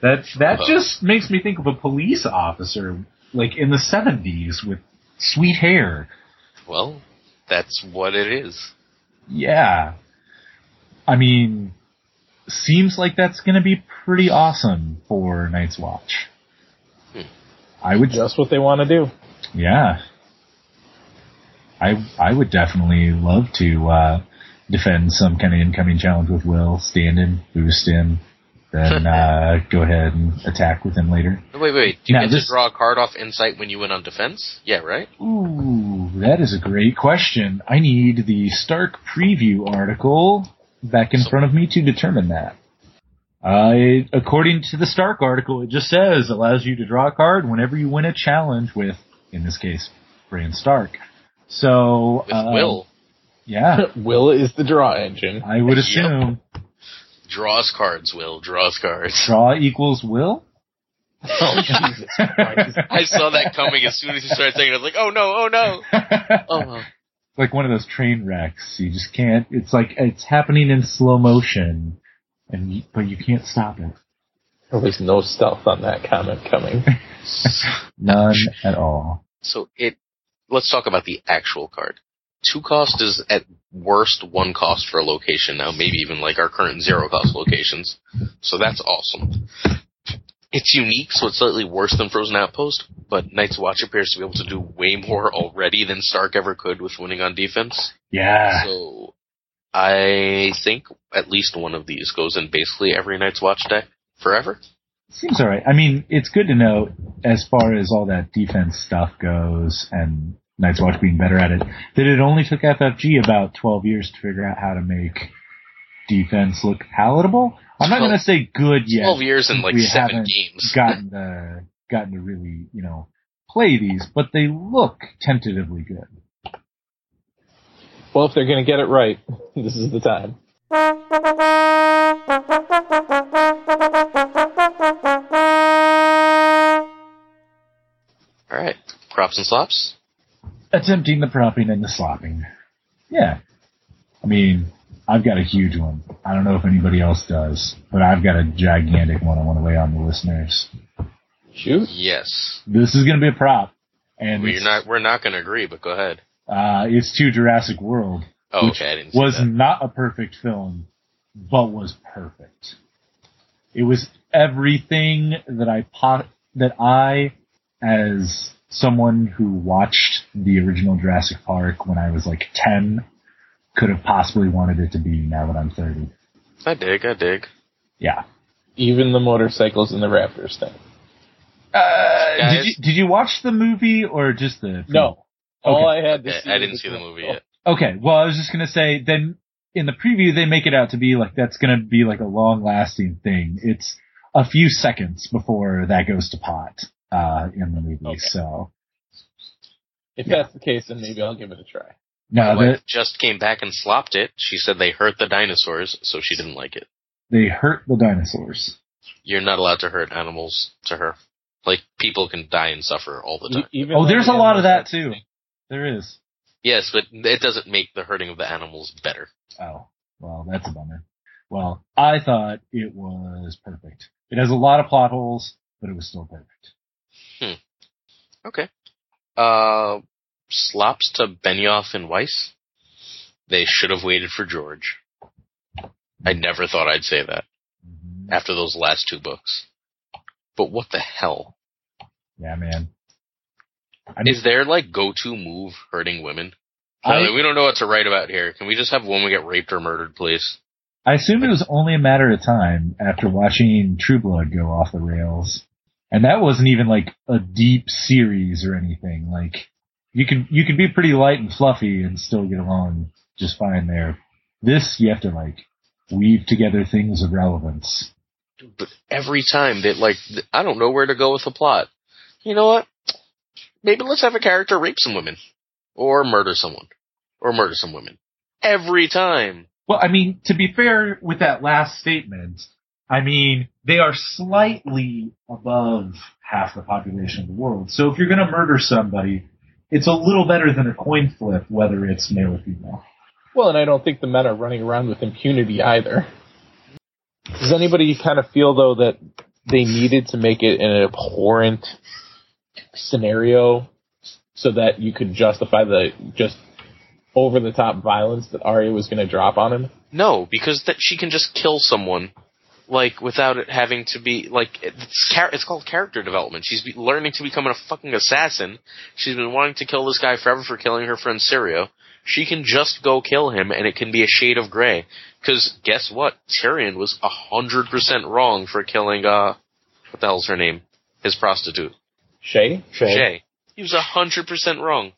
[SPEAKER 1] That that
[SPEAKER 3] Uh-huh.
[SPEAKER 1] just makes me think of a police officer, like in the seventies, with sweet hair.
[SPEAKER 3] Well, that's what it is.
[SPEAKER 1] Yeah. I mean, seems like that's going to be pretty awesome for Night's Watch. I would,
[SPEAKER 4] Just what they want to do. (laughs)
[SPEAKER 1] yeah. I I would definitely love to uh, defend some kind of incoming challenge with Will, stand him, boost him, then uh, go ahead and attack with him later.
[SPEAKER 3] No, Wait, wait, wait. Do you
[SPEAKER 1] Now,
[SPEAKER 3] get
[SPEAKER 1] this-
[SPEAKER 3] to draw a card off Insight when you win on defense? Yeah, right?
[SPEAKER 1] Ooh, that is a great question. I need the Stark preview article back in front of me to determine that. Uh, it- according to the Stark article, it just says allows you to draw a card whenever you win a challenge with, in this case, Bran Stark. So
[SPEAKER 3] With
[SPEAKER 1] uh,
[SPEAKER 3] Will,
[SPEAKER 1] yeah,
[SPEAKER 4] Will is the draw engine.
[SPEAKER 1] I would
[SPEAKER 3] Yep.
[SPEAKER 1] assume
[SPEAKER 3] draw us cards, Will. Draw us cards.
[SPEAKER 1] draw equals will.
[SPEAKER 4] Oh,
[SPEAKER 1] (laughs)
[SPEAKER 4] Jesus Christ.
[SPEAKER 3] (laughs) I saw that coming as soon as you started saying it. I was like, oh no, oh
[SPEAKER 1] (laughs)
[SPEAKER 3] no. Oh, well.
[SPEAKER 1] like one of those train wrecks. You just can't. It's like it's happening in slow motion, and you, but you can't stop it.
[SPEAKER 4] There was Oh, no stealth on that comment (laughs) coming.
[SPEAKER 1] None at all.
[SPEAKER 3] (laughs) So it, let's talk about the actual card. Two cost is at worst one cost for a location now, maybe even like our current zero cost locations. So that's awesome. It's unique, so it's slightly worse than Frozen Outpost, but Night's Watch appears to be able to do way more already than Stark ever could with winning on defense.
[SPEAKER 1] Yeah.
[SPEAKER 3] So I think at least one of these goes in basically every Night's Watch deck forever.
[SPEAKER 1] Seems all right. I mean, it's good to know as far as all that defense stuff goes and Night's Watch being better at it, that it only took FFG about 12 years to figure out how to make defense look palatable. I'm not
[SPEAKER 3] Well,
[SPEAKER 1] going to say good yet.
[SPEAKER 3] Twelve years and like
[SPEAKER 1] we
[SPEAKER 3] seven
[SPEAKER 1] haven't
[SPEAKER 3] games. (laughs)
[SPEAKER 1] gotten to, gotten to really, you know, play these, but they look tentatively good.
[SPEAKER 4] Well, if they're going to get it right, (laughs) this is the time.
[SPEAKER 3] All right, props and slops.
[SPEAKER 1] attempting the propping and the slopping. Yeah. I mean, I've got a huge one. I don't know if anybody else does, but I've got a gigantic one I want to lay on the listeners.
[SPEAKER 4] Shoot.
[SPEAKER 3] Yes.
[SPEAKER 1] This is going to be a prop. And
[SPEAKER 3] We're
[SPEAKER 1] it's,
[SPEAKER 3] not. We're not going to agree, but go ahead.
[SPEAKER 1] uh, it's to Jurassic World.
[SPEAKER 3] Oh,
[SPEAKER 1] Which
[SPEAKER 3] okay. I didn't see
[SPEAKER 1] was
[SPEAKER 3] that.
[SPEAKER 1] not a perfect film, but was perfect. It was everything that I pot that I, as someone who watched the original Jurassic Park when I was like ten, could have possibly wanted it to be. Now that I'm thirty,
[SPEAKER 3] I dig. I dig.
[SPEAKER 1] yeah.
[SPEAKER 4] Even the motorcycles and the Raptors thing.
[SPEAKER 1] Uh, did
[SPEAKER 3] Guys?
[SPEAKER 1] you did you watch the movie or just the?
[SPEAKER 4] No. All I had to
[SPEAKER 3] I,
[SPEAKER 4] see
[SPEAKER 3] I
[SPEAKER 4] was oh,
[SPEAKER 3] didn't see the movie yet.
[SPEAKER 1] Okay. Well, I was just gonna say then in the preview they make it out to be like that's gonna be like a long lasting thing. It's a few seconds before that goes to pot uh, in the movie.
[SPEAKER 4] Okay.
[SPEAKER 1] So
[SPEAKER 4] If that's the case, then maybe I'll give it a try.
[SPEAKER 1] no,
[SPEAKER 3] My
[SPEAKER 1] the,
[SPEAKER 3] wife just came back and slopped it. She said they hurt the dinosaurs, so she didn't like it.
[SPEAKER 1] they hurt the dinosaurs.
[SPEAKER 3] You're not allowed to hurt animals to her. Like people can die and suffer all the time.
[SPEAKER 4] E- even
[SPEAKER 1] Oh,
[SPEAKER 4] though
[SPEAKER 1] there's
[SPEAKER 4] the
[SPEAKER 1] a lot of that
[SPEAKER 4] animals-
[SPEAKER 1] too. There is.
[SPEAKER 3] Yes, but it doesn't make the hurting of the animals better.
[SPEAKER 1] Oh, well, that's a bummer. Well, I thought it was perfect. It has a lot of plot holes, but it was still perfect.
[SPEAKER 3] Okay. Uh, slops to Benioff and Weiss. They should have waited for George. I never thought I'd say that
[SPEAKER 1] Mhm.
[SPEAKER 3] after those last two books. But what the hell?
[SPEAKER 1] Yeah, man. I mean,
[SPEAKER 3] Is there like go-to move hurting women?
[SPEAKER 1] I-
[SPEAKER 3] Now, we don't know what to write about here. Can we just have a woman get raped or murdered, please?
[SPEAKER 1] I assume it was only a matter of time after watching True Blood go off the rails. And that wasn't even like a deep series or anything. Like you could you could be pretty light and fluffy and still get along just fine there. This you have to like weave together things of relevance.
[SPEAKER 3] But every time they like, th- I don't know where to go with the plot. You know what? Maybe let's have a character rape some women, or murder someone, or murder some women. Every time.
[SPEAKER 1] Well, I mean, to be fair with that last statement, I mean, they are slightly above half the population of the world. So if you're going to murder somebody, it's a little better than a coin flip whether it's male or female.
[SPEAKER 4] Well, and I don't think the men are running around with impunity either. Does anybody kind of feel though that they needed to make it an abhorrent scenario so that you could justify the just over the top violence that Arya was going to drop on him?
[SPEAKER 3] No, because that she can just kill someone, like without it having to be like it's char- it's called character development. She's be- learning to become a fucking assassin. She's been wanting to kill this guy forever for killing her friend Syrio. She can just go kill him, and it can be a shade of gray. Because guess what? Tyrion was a hundred percent wrong for killing uh, what the hell's her name? His prostitute
[SPEAKER 4] Shay?
[SPEAKER 3] Shay. He was a hundred percent wrong.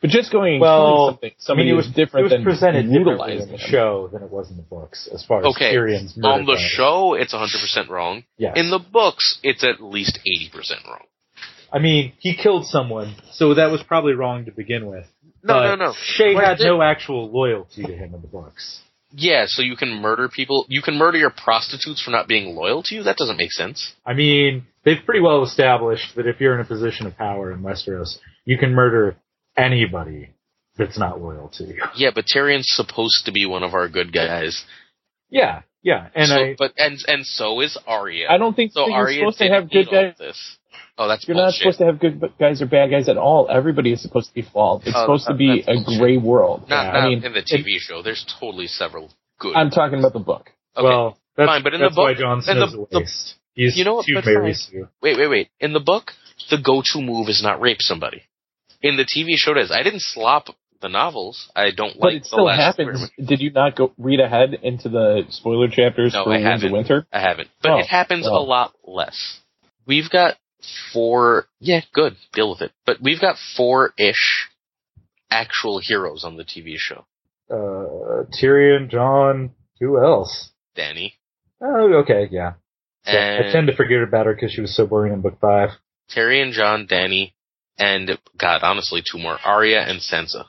[SPEAKER 4] But just going and
[SPEAKER 2] Well,
[SPEAKER 4] killing something, somebody
[SPEAKER 2] it
[SPEAKER 4] who's different
[SPEAKER 2] it was
[SPEAKER 4] than
[SPEAKER 2] presented differently in
[SPEAKER 4] brutalizing
[SPEAKER 2] the
[SPEAKER 4] him.
[SPEAKER 2] show than it was in the books as far as
[SPEAKER 3] Okay,
[SPEAKER 2] Tyrion's murder
[SPEAKER 3] on the
[SPEAKER 2] goes.
[SPEAKER 3] show, it's a hundred percent wrong.
[SPEAKER 2] Yes.
[SPEAKER 3] In the books, it's at least eighty percent wrong.
[SPEAKER 2] I mean, he killed someone, so that was probably wrong to begin with.
[SPEAKER 3] No,
[SPEAKER 2] But
[SPEAKER 3] no, no.
[SPEAKER 2] Shay
[SPEAKER 3] What
[SPEAKER 2] had
[SPEAKER 3] did-
[SPEAKER 2] no actual loyalty to him in the books.
[SPEAKER 3] Yeah, so you can murder people. You can murder your prostitutes for not being loyal to you. That doesn't make sense.
[SPEAKER 2] I mean, they've pretty well established that if you're in a position of power in Westeros, you can murder anybody that's not loyal to you.
[SPEAKER 3] Yeah, but Tyrion's supposed to be one of our good guys.
[SPEAKER 2] Yeah, yeah, and
[SPEAKER 3] so,
[SPEAKER 2] I
[SPEAKER 3] but and and so is Arya.
[SPEAKER 4] I don't think
[SPEAKER 3] so
[SPEAKER 4] that you're
[SPEAKER 3] Arya
[SPEAKER 4] supposed to
[SPEAKER 3] didn't
[SPEAKER 4] have good
[SPEAKER 3] need all
[SPEAKER 4] guys.
[SPEAKER 3] of This. Oh, that's
[SPEAKER 4] You're not
[SPEAKER 3] bullshit.
[SPEAKER 4] supposed to have good bu- guys or bad guys at all. Everybody is supposed to be flawed. It's
[SPEAKER 3] Oh,
[SPEAKER 4] supposed to
[SPEAKER 3] that-
[SPEAKER 4] be
[SPEAKER 3] that's
[SPEAKER 4] a
[SPEAKER 3] bullshit.
[SPEAKER 4] gray world.
[SPEAKER 3] not
[SPEAKER 2] yeah,
[SPEAKER 3] not
[SPEAKER 4] I mean,
[SPEAKER 3] in the TV show. There's totally several good.
[SPEAKER 4] I'm talking about the book.
[SPEAKER 3] okay.
[SPEAKER 2] well, that's,
[SPEAKER 3] fine, but in the
[SPEAKER 2] that's why
[SPEAKER 3] book-
[SPEAKER 2] Jon
[SPEAKER 3] in the-
[SPEAKER 2] Snow's a
[SPEAKER 3] the-
[SPEAKER 2] waste. He's
[SPEAKER 3] you know what,
[SPEAKER 2] too
[SPEAKER 3] but
[SPEAKER 2] Mary
[SPEAKER 3] fine.
[SPEAKER 2] Sue.
[SPEAKER 3] wait, wait, wait. In the book, the go-to move is not rape somebody. In the TV show, it is. I didn't slop the novels. I don't
[SPEAKER 4] but
[SPEAKER 3] like
[SPEAKER 4] it
[SPEAKER 3] the
[SPEAKER 4] still
[SPEAKER 3] last
[SPEAKER 4] happens.
[SPEAKER 3] experiment.
[SPEAKER 4] Did you not go read ahead into the spoiler chapters
[SPEAKER 3] No,
[SPEAKER 4] for
[SPEAKER 3] I
[SPEAKER 4] Winds
[SPEAKER 3] haven't.
[SPEAKER 4] of Winter?
[SPEAKER 3] I haven't, but
[SPEAKER 4] Oh,
[SPEAKER 3] it happens a
[SPEAKER 4] well.
[SPEAKER 3] lot less. We've got four. Yeah, good. Deal with it. But we've got four-ish actual heroes on the TV show.
[SPEAKER 2] Uh, Tyrion, John, who else?
[SPEAKER 3] Danny
[SPEAKER 2] Oh, okay, yeah. So I
[SPEAKER 3] and
[SPEAKER 2] tend to forget about her because she was so boring in book five.
[SPEAKER 3] Terry and John, Danny, and God, honestly, two more: Arya and Sansa.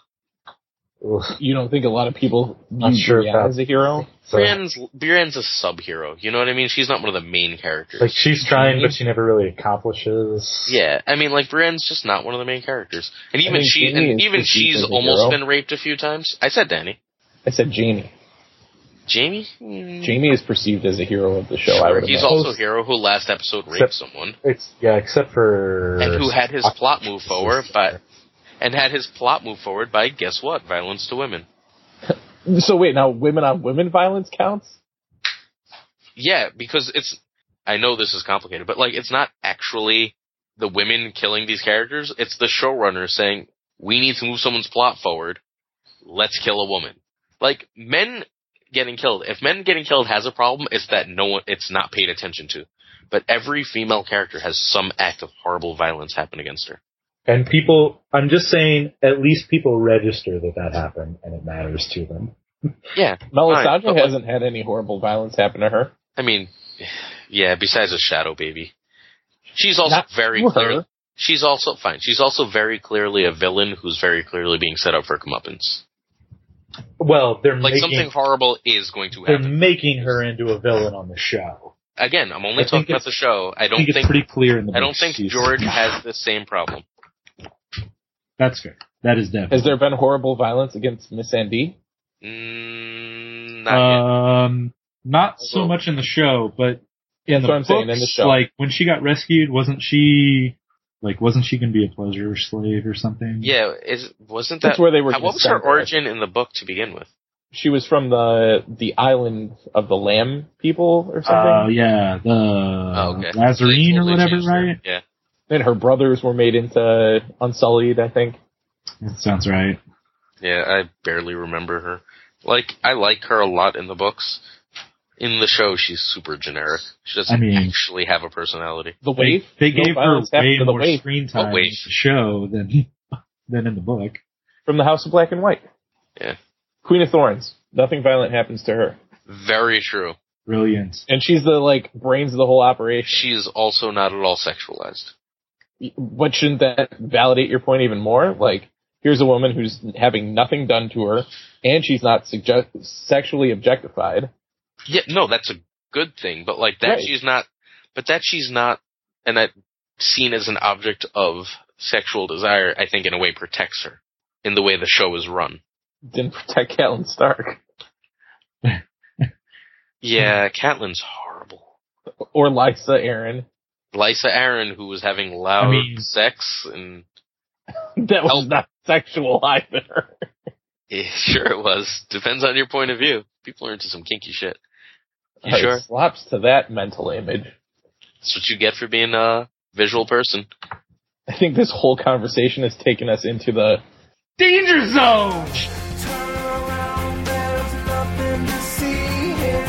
[SPEAKER 2] Ugh,
[SPEAKER 4] You don't think a lot of people
[SPEAKER 2] Not
[SPEAKER 4] use
[SPEAKER 2] sure if
[SPEAKER 4] Brienne
[SPEAKER 2] that-
[SPEAKER 4] as a hero?
[SPEAKER 2] so-
[SPEAKER 3] Brienne's Brienne's a sub-hero. You know what I mean? She's not one of the main characters.
[SPEAKER 2] Like she's trying, but she never really accomplishes.
[SPEAKER 3] Yeah, I mean, like Brienne's just not one of the main characters, and even
[SPEAKER 4] think
[SPEAKER 3] she,
[SPEAKER 4] Jamie
[SPEAKER 3] and
[SPEAKER 4] is
[SPEAKER 3] even
[SPEAKER 4] perceived
[SPEAKER 3] she's
[SPEAKER 4] as a
[SPEAKER 3] almost
[SPEAKER 4] hero.
[SPEAKER 3] been raped a few times. I said Danny,
[SPEAKER 4] I said Jamie.
[SPEAKER 3] Jamie, Mm,
[SPEAKER 4] Jamie is perceived as a hero of the show. I
[SPEAKER 3] Sure,
[SPEAKER 4] would
[SPEAKER 3] he's
[SPEAKER 4] imagine.
[SPEAKER 3] also a hero who last episode raped
[SPEAKER 2] Except-
[SPEAKER 3] someone
[SPEAKER 2] It's yeah, except for
[SPEAKER 3] and who had his plot move forward, but and had his plot move forward by guess what? Violence to women.
[SPEAKER 4] So wait, now women on women violence counts?
[SPEAKER 3] Yeah, because it's. I know this is complicated, but like, it's not actually the women killing these characters. It's the showrunner saying, "We need to move someone's plot forward. Let's kill a woman." Like men getting killed. If men getting killed has a problem, it's that no one. It's not paid attention to. But every female character has some act of horrible violence happen against her.
[SPEAKER 2] and people. I'm just saying, at least people register that that happened and it matters to them.
[SPEAKER 3] Yeah, Fine,
[SPEAKER 4] Melisandre
[SPEAKER 3] but-
[SPEAKER 4] hasn't had any horrible violence happen to her.
[SPEAKER 3] I mean, yeah. Besides a shadow baby, she's also
[SPEAKER 4] Not
[SPEAKER 3] very
[SPEAKER 4] to her.
[SPEAKER 3] clearly. She's also fine. She's also very clearly a villain who's very clearly being set up for comeuppance.
[SPEAKER 2] Well, they're
[SPEAKER 3] Like
[SPEAKER 2] making
[SPEAKER 3] something horrible is going to
[SPEAKER 2] they're
[SPEAKER 3] happen.
[SPEAKER 2] making her into a villain on the show.
[SPEAKER 3] Again, I'm only
[SPEAKER 2] I think
[SPEAKER 3] talking about
[SPEAKER 2] it's-
[SPEAKER 3] the show. I
[SPEAKER 2] I
[SPEAKER 3] don't
[SPEAKER 2] think,
[SPEAKER 3] think
[SPEAKER 2] it's pretty clear in the.
[SPEAKER 3] I don't
[SPEAKER 2] books
[SPEAKER 3] think
[SPEAKER 2] she's-
[SPEAKER 3] George has the same problem.
[SPEAKER 1] (laughs) That's fair. That is
[SPEAKER 4] Has
[SPEAKER 1] definitely.
[SPEAKER 4] there been horrible violence against Miss Andy?
[SPEAKER 3] Mm, not
[SPEAKER 1] Um, not so
[SPEAKER 3] Although-
[SPEAKER 1] much in the show, but in
[SPEAKER 4] That's
[SPEAKER 1] the
[SPEAKER 4] what I'm saying, in the
[SPEAKER 1] books,
[SPEAKER 4] show.
[SPEAKER 1] like when she got rescued, wasn't she like wasn't she going to be a pleasure slave or something?
[SPEAKER 3] yet. Yeah, is wasn't that
[SPEAKER 4] That's where they were.
[SPEAKER 3] how- what was her
[SPEAKER 4] concerned for it.
[SPEAKER 3] origin in the book to begin with?
[SPEAKER 4] She was from the the island of the Lamb people or
[SPEAKER 1] Uh,
[SPEAKER 4] something,
[SPEAKER 1] yeah, the
[SPEAKER 3] Oh, okay.
[SPEAKER 1] Lazarine
[SPEAKER 3] They
[SPEAKER 1] Um, or
[SPEAKER 3] totally
[SPEAKER 1] whatever,
[SPEAKER 3] changed her.
[SPEAKER 1] right?
[SPEAKER 3] Yeah.
[SPEAKER 4] and her brothers were made into Unsullied. I think.
[SPEAKER 1] That sounds right.
[SPEAKER 3] Yeah, I barely remember her. Like I like her a lot in the books, in the show, she's super generic. She doesn't
[SPEAKER 1] I mean-
[SPEAKER 3] actually have a personality.
[SPEAKER 4] The
[SPEAKER 1] They,
[SPEAKER 4] wave.
[SPEAKER 1] they
[SPEAKER 4] No
[SPEAKER 1] gave her
[SPEAKER 4] violence happened
[SPEAKER 1] way
[SPEAKER 4] to the
[SPEAKER 1] more
[SPEAKER 4] wave.
[SPEAKER 1] screen time in
[SPEAKER 3] wave.
[SPEAKER 1] the show than (laughs) than in the book.
[SPEAKER 4] from the House of Black and White.
[SPEAKER 3] Yeah.
[SPEAKER 4] Queen of Thorns. Nothing violent happens to her,
[SPEAKER 3] Very true.
[SPEAKER 1] Brilliant.
[SPEAKER 4] and she's the like brains of the whole operation.
[SPEAKER 3] She is also not at all sexualized.
[SPEAKER 4] But shouldn't that validate your point even more? Like, here's a woman who's having nothing done to her, and she's not suggest- sexually objectified.
[SPEAKER 3] Yeah, no, that's a good thing, but like that
[SPEAKER 4] Right.
[SPEAKER 3] she's not, but that she's not, and that seen as an object of sexual desire, I think in a way protects her in the way the show is run.
[SPEAKER 4] Didn't (laughs) protect Catelyn Stark
[SPEAKER 1] Hmm.
[SPEAKER 3] Yeah, Catelyn's horrible.
[SPEAKER 4] or Lysa Aaron.
[SPEAKER 3] Lysa Aaron, who was having loud
[SPEAKER 1] I mean-
[SPEAKER 3] sex, and
[SPEAKER 4] That
[SPEAKER 3] Oh.
[SPEAKER 4] was not sexual either.
[SPEAKER 3] Yeah, (laughs) sure it was. Depends on your point of view. People are into some kinky shit. You
[SPEAKER 4] It
[SPEAKER 3] sure?
[SPEAKER 4] Slaps to that mental image.
[SPEAKER 3] That's what you get for being a visual person.
[SPEAKER 4] I think this whole conversation has taken us into the
[SPEAKER 6] Turn around, there's nothing to see here.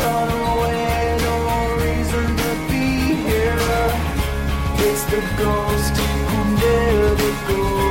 [SPEAKER 6] Run away, no reason to be here. It's the ghost who never goes.